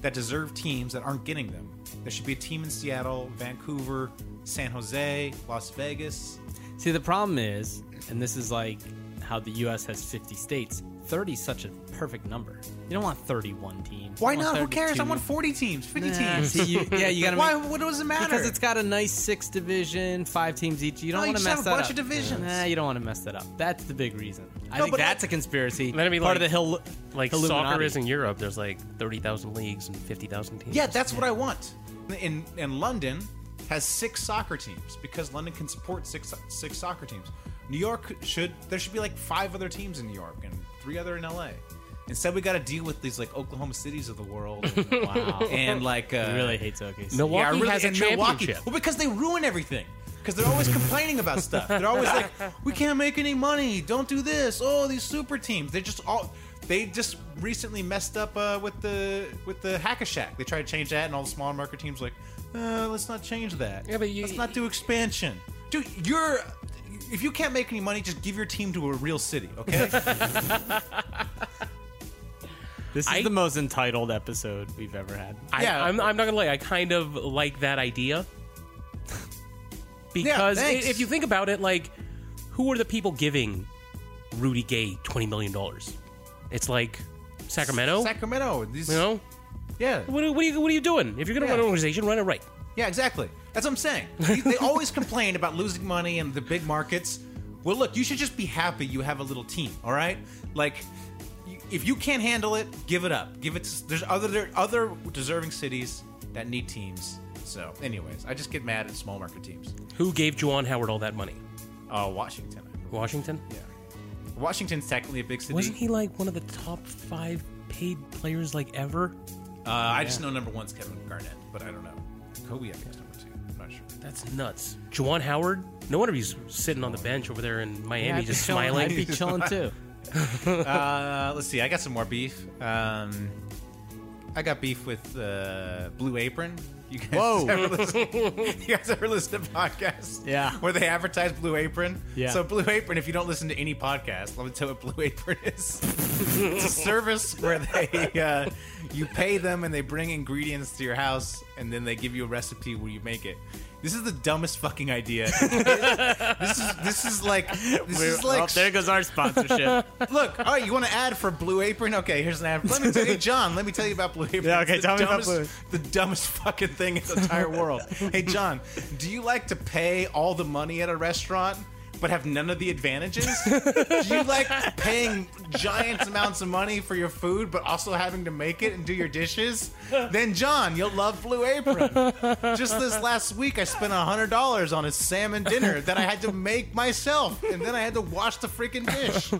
Speaker 4: that deserve teams that aren't getting them. There should be a team in Seattle, Vancouver, San Jose, Las Vegas.
Speaker 6: See, the problem is, and this is like how the U.S. has 50 states. 30 is such a perfect number. You don't want 31 teams. You
Speaker 4: Why
Speaker 6: don't
Speaker 4: not?
Speaker 6: want
Speaker 4: Who cares? I
Speaker 6: 32.
Speaker 4: want 40 teams, 50
Speaker 6: Nah,
Speaker 4: teams.
Speaker 6: see, you- yeah, you gotta.
Speaker 4: Why?
Speaker 6: make-
Speaker 4: What does it matter?
Speaker 6: Because it's got a nice six division, five teams each. You don't
Speaker 4: No, you
Speaker 6: want
Speaker 4: just
Speaker 6: to mess
Speaker 4: have a
Speaker 6: that
Speaker 4: bunch
Speaker 6: up.
Speaker 4: of divisions.
Speaker 6: Nah, you don't want to mess that up. That's the big reason. I
Speaker 4: No,
Speaker 6: think
Speaker 4: but
Speaker 6: that's
Speaker 4: like-
Speaker 6: a conconspiracy.
Speaker 5: That'd be
Speaker 6: part of
Speaker 5: like-
Speaker 6: the hill.
Speaker 5: Like
Speaker 6: Illuminati.
Speaker 5: soccer is in Europe. There's like thirty thousand leagues and fifty thousand teams.
Speaker 4: Yeah, that's what I want. In in London has six soccer teams because London can support six six soccer teams. New York should there should be like five other teams in New York and three other in LA. Instead, we got to deal with these like Oklahoma cities of the world. And, wow. And like uh,
Speaker 6: I really hate Tokyo.
Speaker 5: No,
Speaker 4: yeah, I
Speaker 5: Milwaukee
Speaker 4: really-
Speaker 5: has a
Speaker 4: and Milwaukee.
Speaker 5: championship.
Speaker 4: Well, because they ruin everything. Because they're always complaining about stuff. They're always like, "We can't make any money. Don't do this." Oh, these super teams. They just all. They just recently messed up uh, with the with the hack a shack. They tried to change that, and all the small market teams were like, uh, "Let's not change that.
Speaker 5: Yeah, but you-
Speaker 4: let's not do expansion, dude. You're." If you can't make any money, just give your team to a real city, okay?
Speaker 6: this is
Speaker 5: I-
Speaker 6: the most entitled episode we've ever had.
Speaker 5: I,
Speaker 4: Yeah.
Speaker 5: I'm, I'm not gonna lie. I kind of like
Speaker 4: [laughs]
Speaker 5: that idea because i-
Speaker 4: thanks.
Speaker 5: if you think about it, like who are the people giving Rudy Gay twenty million dollars? It's like [laughs] Sacramento.
Speaker 4: Sacramento. These,
Speaker 5: you know
Speaker 4: yeah.
Speaker 5: what? are- What are you, what are you doing? If you're gonna
Speaker 4: Yeah.
Speaker 5: run an organization, run it right.
Speaker 4: Yeah, exactly. That's what I'm saying. They, they
Speaker 5: [laughs]
Speaker 4: always complain about losing money and the big markets. Well, look, you should just be happy you have a little team, all right? Like, you- if you can't handle it, give it up. Give it. To, there's other there, other deserving cities that need teams. So, anyways, I just get mad at small market teams.
Speaker 5: Who gave Juwan Howard all that money?
Speaker 4: Oh, Washington.
Speaker 5: Washington.
Speaker 4: Yeah, Washington's technically a big city.
Speaker 5: Wasn't he like one of the top five paid players like ever?
Speaker 4: Uh, I just know number one's Kevin Garnett, but I don't know. Kobe, I think, is number two. I'm not sure.
Speaker 5: That's nuts. Juwan Howard. No wonder he's sitting on the bench over there in Miami,
Speaker 6: I'd be
Speaker 5: just
Speaker 6: chilling-
Speaker 5: smiling.
Speaker 6: I'd be [laughs] chilling too.
Speaker 4: Uh, let's see. I got some more beef. Um, I got beef with uh, Blue Apron. You guys
Speaker 6: Whoa.
Speaker 4: ever listen? [laughs] you guys ever listen to podcasts?
Speaker 6: Yeah.
Speaker 4: Where they advertise Blue Apron?
Speaker 6: Yeah.
Speaker 4: So Blue Apron, if you don't listen to any podcast, let me tell you what Blue [laughs] Apron is. it's a service where they uh, you pay them and they bring ingredients to your house and then they give you a recipe where you make it. This is the dumbest fucking idea. [laughs] this is this is like this is like
Speaker 6: well, oh, there goes
Speaker 4: [laughs]
Speaker 6: our sponsorship.
Speaker 4: Look, all right, you want to ad for Blue Apron? Okay, here's an ad. Let me tell you, John, let me tell you about Blue Apron.
Speaker 6: Yeah, okay,
Speaker 4: It's the
Speaker 6: tell me about
Speaker 4: dumbest,
Speaker 6: Blue
Speaker 4: The dumbest fucking thing in the entire world. hey, John, do you like to pay all the money at a restaurant? But have none of the advantages. Do you like paying giant amounts of money for your food, but also having to make it and do your dishes? Then John, you'll love Blue Apron. Just this last week, I spent hundred dollars on a salmon dinner that I had to make myself, and then I had to wash the freaking dish.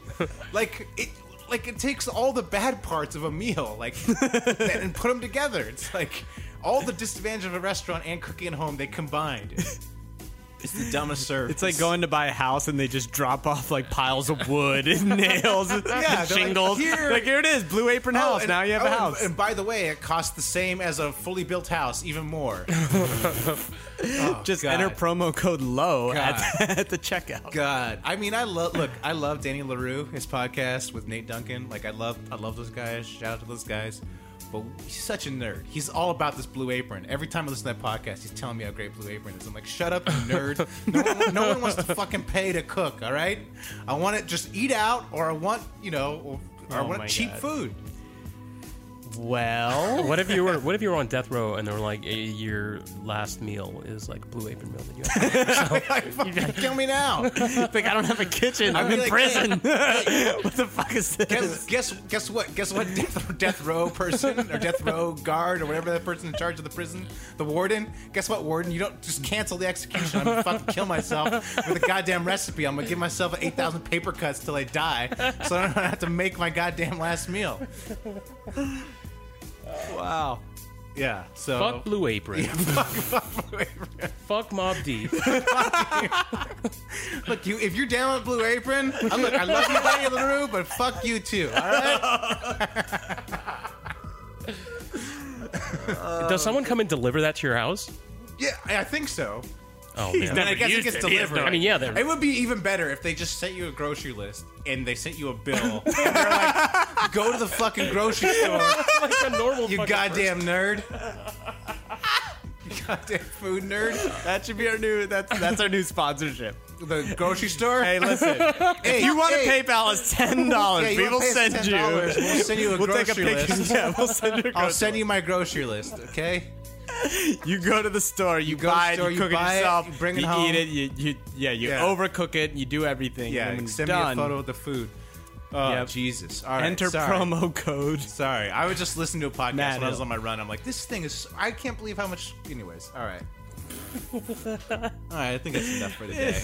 Speaker 4: Like it, like it takes all the bad parts of a meal, [laughs] like and put them together. It's like all the disadvantage of a restaurant and cooking at home they combined. [laughs] It's the dumbest service.
Speaker 6: It's like going to buy a house and they just drop off like piles of
Speaker 4: [laughs]
Speaker 6: wood and nails and
Speaker 4: Yeah, they're like,
Speaker 6: shingles.
Speaker 4: "Here."
Speaker 6: Like, here it is, Blue Apron
Speaker 4: Oh,
Speaker 6: House.
Speaker 4: and-
Speaker 6: now you have a
Speaker 4: oh, and-
Speaker 6: house.
Speaker 4: And, by the way, it costs the same as a fully built house, even more. Oh,
Speaker 6: just
Speaker 4: God.
Speaker 6: enter promo code LOW [laughs]
Speaker 4: God.
Speaker 6: at, at the checkout.
Speaker 4: God, I mean, I love look. I love Danny Larue, his podcast with Nate Duncan. Like, I love, I love those guys. Shout out to those guys. But he's such a nerd. He's all about this Blue Apron. Every time I listen to that podcast, he's telling me how great Blue Apron is. I'm like, shut
Speaker 6: [laughs]
Speaker 4: up, you nerd. No one, no one wants to fucking pay to cook. All right, I want to just eat out, or I want, you know, or, or I
Speaker 6: Oh
Speaker 4: want
Speaker 6: my
Speaker 4: cheap
Speaker 6: God.
Speaker 4: food.
Speaker 6: Well,
Speaker 5: What if you were What if you were on death row and they were like, eh, your last meal is like blue apron meal that you have?
Speaker 6: Oh.
Speaker 4: [laughs] Like, fucking kill me
Speaker 6: [laughs]
Speaker 4: now.
Speaker 6: like I don't have a kitchen.
Speaker 4: I'd
Speaker 6: I'm
Speaker 4: be [laughs]
Speaker 6: in
Speaker 4: like,
Speaker 6: prison. what the fuck is this?
Speaker 4: guess, guess guess what? Guess
Speaker 5: [laughs]
Speaker 4: what? Death, death row person or death row guard or whatever that person in charge of the prison, the warden. Guess what, warden? You don't just cancel the execution. I'm gonna fucking kill myself with a goddamn recipe. I'm gonna give myself eight thousand paper cuts till I die, so I don't have to make my goddamn last meal.
Speaker 6: wow.
Speaker 4: Yeah. So.
Speaker 5: Fuck blue apron. Fuck Mob [laughs] Deep.
Speaker 4: Look, you if you're down with Blue Apron, I look, I love you, Danny LaRue, but fuck you too. All right?
Speaker 5: Does someone come and deliver that to your house?
Speaker 4: Yeah, I I think so.
Speaker 5: Oh man.
Speaker 4: I guess it gets delivered.
Speaker 5: I mean, yeah, they're-
Speaker 4: it would be even better if they just sent you a grocery list and they sent you a bill.
Speaker 6: [laughs]
Speaker 4: and they're like, "Go to the fucking grocery store,
Speaker 5: like a normal. [laughs]
Speaker 4: you
Speaker 5: fucking
Speaker 4: goddamn
Speaker 6: [laughs]
Speaker 4: nerd, you goddamn food nerd."
Speaker 6: That should be our new. That's that's our new sponsorship.
Speaker 4: The grocery store.
Speaker 6: Hey, listen.
Speaker 4: [laughs] Hey,
Speaker 6: you want to
Speaker 4: hey,
Speaker 6: PayPal us ten dollars?
Speaker 4: Yeah, you
Speaker 6: we
Speaker 4: wanna
Speaker 6: will
Speaker 4: pay us
Speaker 6: send you.
Speaker 4: $10, we'll send you a
Speaker 6: [laughs] we'll take a
Speaker 4: grocery
Speaker 6: picture.
Speaker 4: list.
Speaker 6: Yeah, we'll send you.
Speaker 4: [laughs]
Speaker 6: A
Speaker 4: I'll
Speaker 6: grocery
Speaker 4: send you my grocery list. Okay.
Speaker 6: You go to the store, you,
Speaker 4: go to
Speaker 6: buy
Speaker 4: the store,
Speaker 6: it,
Speaker 4: you
Speaker 6: you cook
Speaker 4: buy
Speaker 6: it
Speaker 4: it,
Speaker 6: yourself,
Speaker 4: you bring it home.
Speaker 6: eat it, you, you yeah, you
Speaker 4: Yeah.
Speaker 6: overcook it, you do everything.
Speaker 4: Yeah.
Speaker 6: and when it's
Speaker 4: send
Speaker 6: done,
Speaker 4: me a photo of the food. Oh
Speaker 6: Yep.
Speaker 4: Jesus! All right.
Speaker 6: enter
Speaker 4: sorry.
Speaker 6: promo code.
Speaker 4: Sorry, I would just listen to a podcast
Speaker 6: Matt
Speaker 4: when I was
Speaker 6: Hill.
Speaker 4: on my run. I'm like, this thing is. I can't believe how much. Anyways, all
Speaker 6: [laughs]
Speaker 4: right. all right, I think that's enough for
Speaker 6: [laughs]
Speaker 4: today.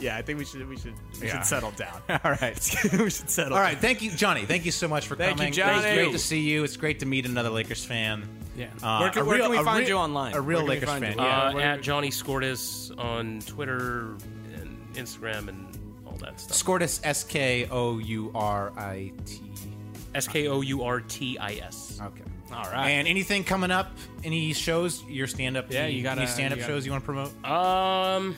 Speaker 6: yeah, I think we should we should we
Speaker 4: Yeah.
Speaker 6: should settle down.
Speaker 4: [laughs] all right.
Speaker 6: [laughs] we should settle.
Speaker 4: All right, thank you, Johnny. Thank you so much for
Speaker 6: Thank you,
Speaker 4: coming.
Speaker 6: Johnny.
Speaker 4: It's great to see you. It's great to meet another Lakers fan.
Speaker 6: Yeah.
Speaker 4: Uh,
Speaker 6: where can,
Speaker 4: a
Speaker 6: where
Speaker 4: real-
Speaker 6: can we
Speaker 4: a
Speaker 6: find
Speaker 4: real-
Speaker 6: you online?
Speaker 4: a real
Speaker 6: Where can we
Speaker 4: Lakers
Speaker 6: find
Speaker 4: fan.
Speaker 6: you?
Speaker 4: Yeah.
Speaker 5: Uh, at Johnny Scortis on Twitter and Instagram and all that stuff.
Speaker 4: Scortis S K O U R I T. E.
Speaker 5: S K O U R T I S.
Speaker 4: Okay.
Speaker 6: All right.
Speaker 4: And anything coming up? Any shows? Your stand up?
Speaker 6: Yeah, you gotta-
Speaker 4: any stand up
Speaker 6: you gotta-
Speaker 4: shows you want to promote?
Speaker 5: Um,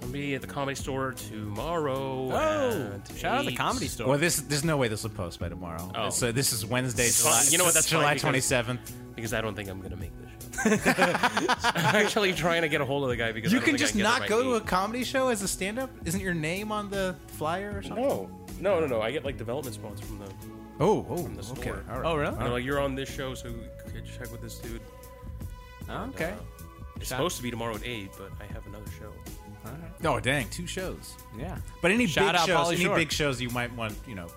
Speaker 5: I'll be at the comedy store tomorrow.
Speaker 6: oh,
Speaker 5: at
Speaker 6: shout out the
Speaker 5: eight.
Speaker 6: comedy store.
Speaker 4: Well, this there's no way this will post by tomorrow.
Speaker 5: Oh.
Speaker 4: So this is Wednesday,
Speaker 5: It's
Speaker 4: July.
Speaker 5: fine. You know what, that's fine
Speaker 4: July
Speaker 5: because-
Speaker 4: 27th.
Speaker 5: because I don't think I'm gonna make the show.
Speaker 4: [laughs]
Speaker 5: I'm actually trying to get a hold of the guy because I
Speaker 4: You
Speaker 5: don't
Speaker 4: can
Speaker 5: think I
Speaker 4: just
Speaker 5: get the
Speaker 4: not
Speaker 5: right
Speaker 4: go to a
Speaker 5: name.
Speaker 4: comedy show as a stand-up. Isn't your name on the flyer or something?
Speaker 5: No, Oh, no, no, no. I get like development spots from the.
Speaker 4: Oh, oh,
Speaker 5: the
Speaker 4: okay. Uh-huh.
Speaker 5: store.
Speaker 4: All right.
Speaker 6: oh really?
Speaker 5: They're like you're on this show, so could you check with this dude.
Speaker 6: okay.
Speaker 5: It's
Speaker 6: Shout-
Speaker 5: supposed to be tomorrow at eight, but I have another show.
Speaker 4: Oh, dang, two shows.
Speaker 6: Yeah.
Speaker 4: But any
Speaker 6: Shout
Speaker 4: big
Speaker 6: out
Speaker 4: shows,
Speaker 6: Pauly
Speaker 4: any
Speaker 6: Shore.
Speaker 4: big shows you might want, you know.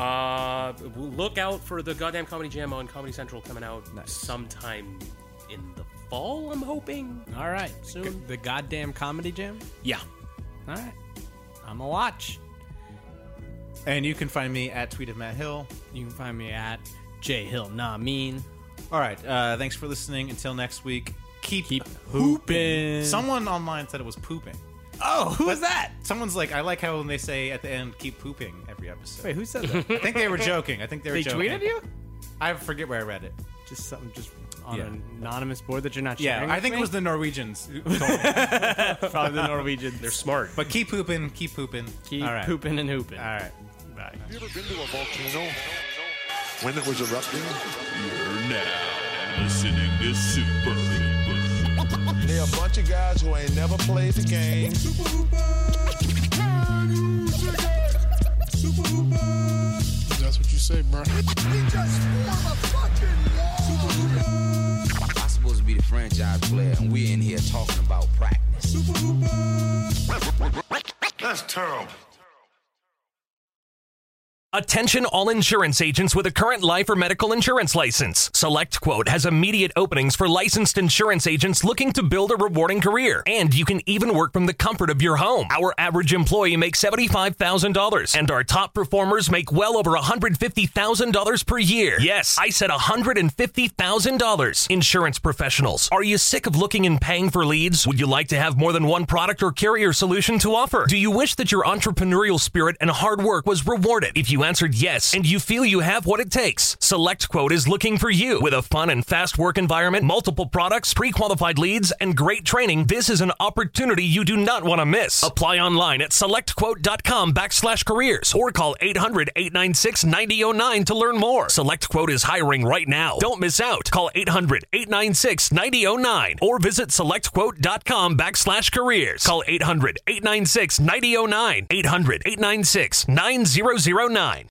Speaker 5: Uh, we'll look out for the goddamn comedy jam on Comedy Central coming out
Speaker 4: Nice.
Speaker 5: sometime in the fall. I'm hoping.
Speaker 6: All right. Soon. The goddamn comedy jam.
Speaker 5: Yeah.
Speaker 6: All right. I'm a watch.
Speaker 4: And you can find me at tweet of Matt Hill.
Speaker 6: You can find me at J Hill Nah Mean.
Speaker 4: All right. Uh, thanks for listening. Until next week, keep
Speaker 6: Keep hooping.
Speaker 4: Someone online said it was pooping.
Speaker 6: Oh, who was that?
Speaker 4: Someone's like, I like how when they say at the end, keep pooping every episode.
Speaker 5: [laughs]
Speaker 6: Wait, who said that?
Speaker 4: I think they were joking. I think they were
Speaker 6: they
Speaker 4: joking.
Speaker 6: tweeted you?
Speaker 4: I forget where I read it.
Speaker 6: Just something just on
Speaker 4: Yeah.
Speaker 6: an anonymous board that you're not
Speaker 4: Yeah,
Speaker 6: sharing.
Speaker 4: I
Speaker 6: with
Speaker 4: think
Speaker 6: me?
Speaker 4: it was the [laughs] Norwegians. who told me.
Speaker 6: probably the Norwegians. They're
Speaker 5: Smart.
Speaker 4: but keep pooping, keep pooping.
Speaker 6: keep
Speaker 4: All right.
Speaker 6: pooping and hooping.
Speaker 4: All right.
Speaker 6: Bye.
Speaker 2: You ever been to a volcano? When it was erupting?
Speaker 3: You're now listening to Super
Speaker 2: They a bunch of guys who ain't never played the game.
Speaker 7: That's what you say, bro.
Speaker 8: I'm supposed to be the franchise player, and we're in here talking about practice.
Speaker 9: Attention all insurance agents with a current life or medical insurance license. SelectQuote has immediate openings for licensed insurance agents looking to build a rewarding career. And you can even work from the comfort of your home. Our average employee makes $75,000 and our top performers make well over $150,000 per year. Yes, I said $150,000. Insurance professionals, are you sick of looking and paying for leads? Would you like to have more than one product or carrier solution to offer? Do you wish that your entrepreneurial spirit and hard work was rewarded? If you answered yes and you feel you have what it takes, SelectQuote is looking for you. With a fun and fast work environment, multiple products, pre qualified leads, and great training, this is an opportunity you do not want to miss. Apply online at selectquote.com backslash careers or call 800 896 9009 to learn more. SelectQuote is hiring right now. Don't miss out. Call 800 896 9009 or visit selectquote.com backslash oh careers. Call 800 896 9009. 800 896 9009.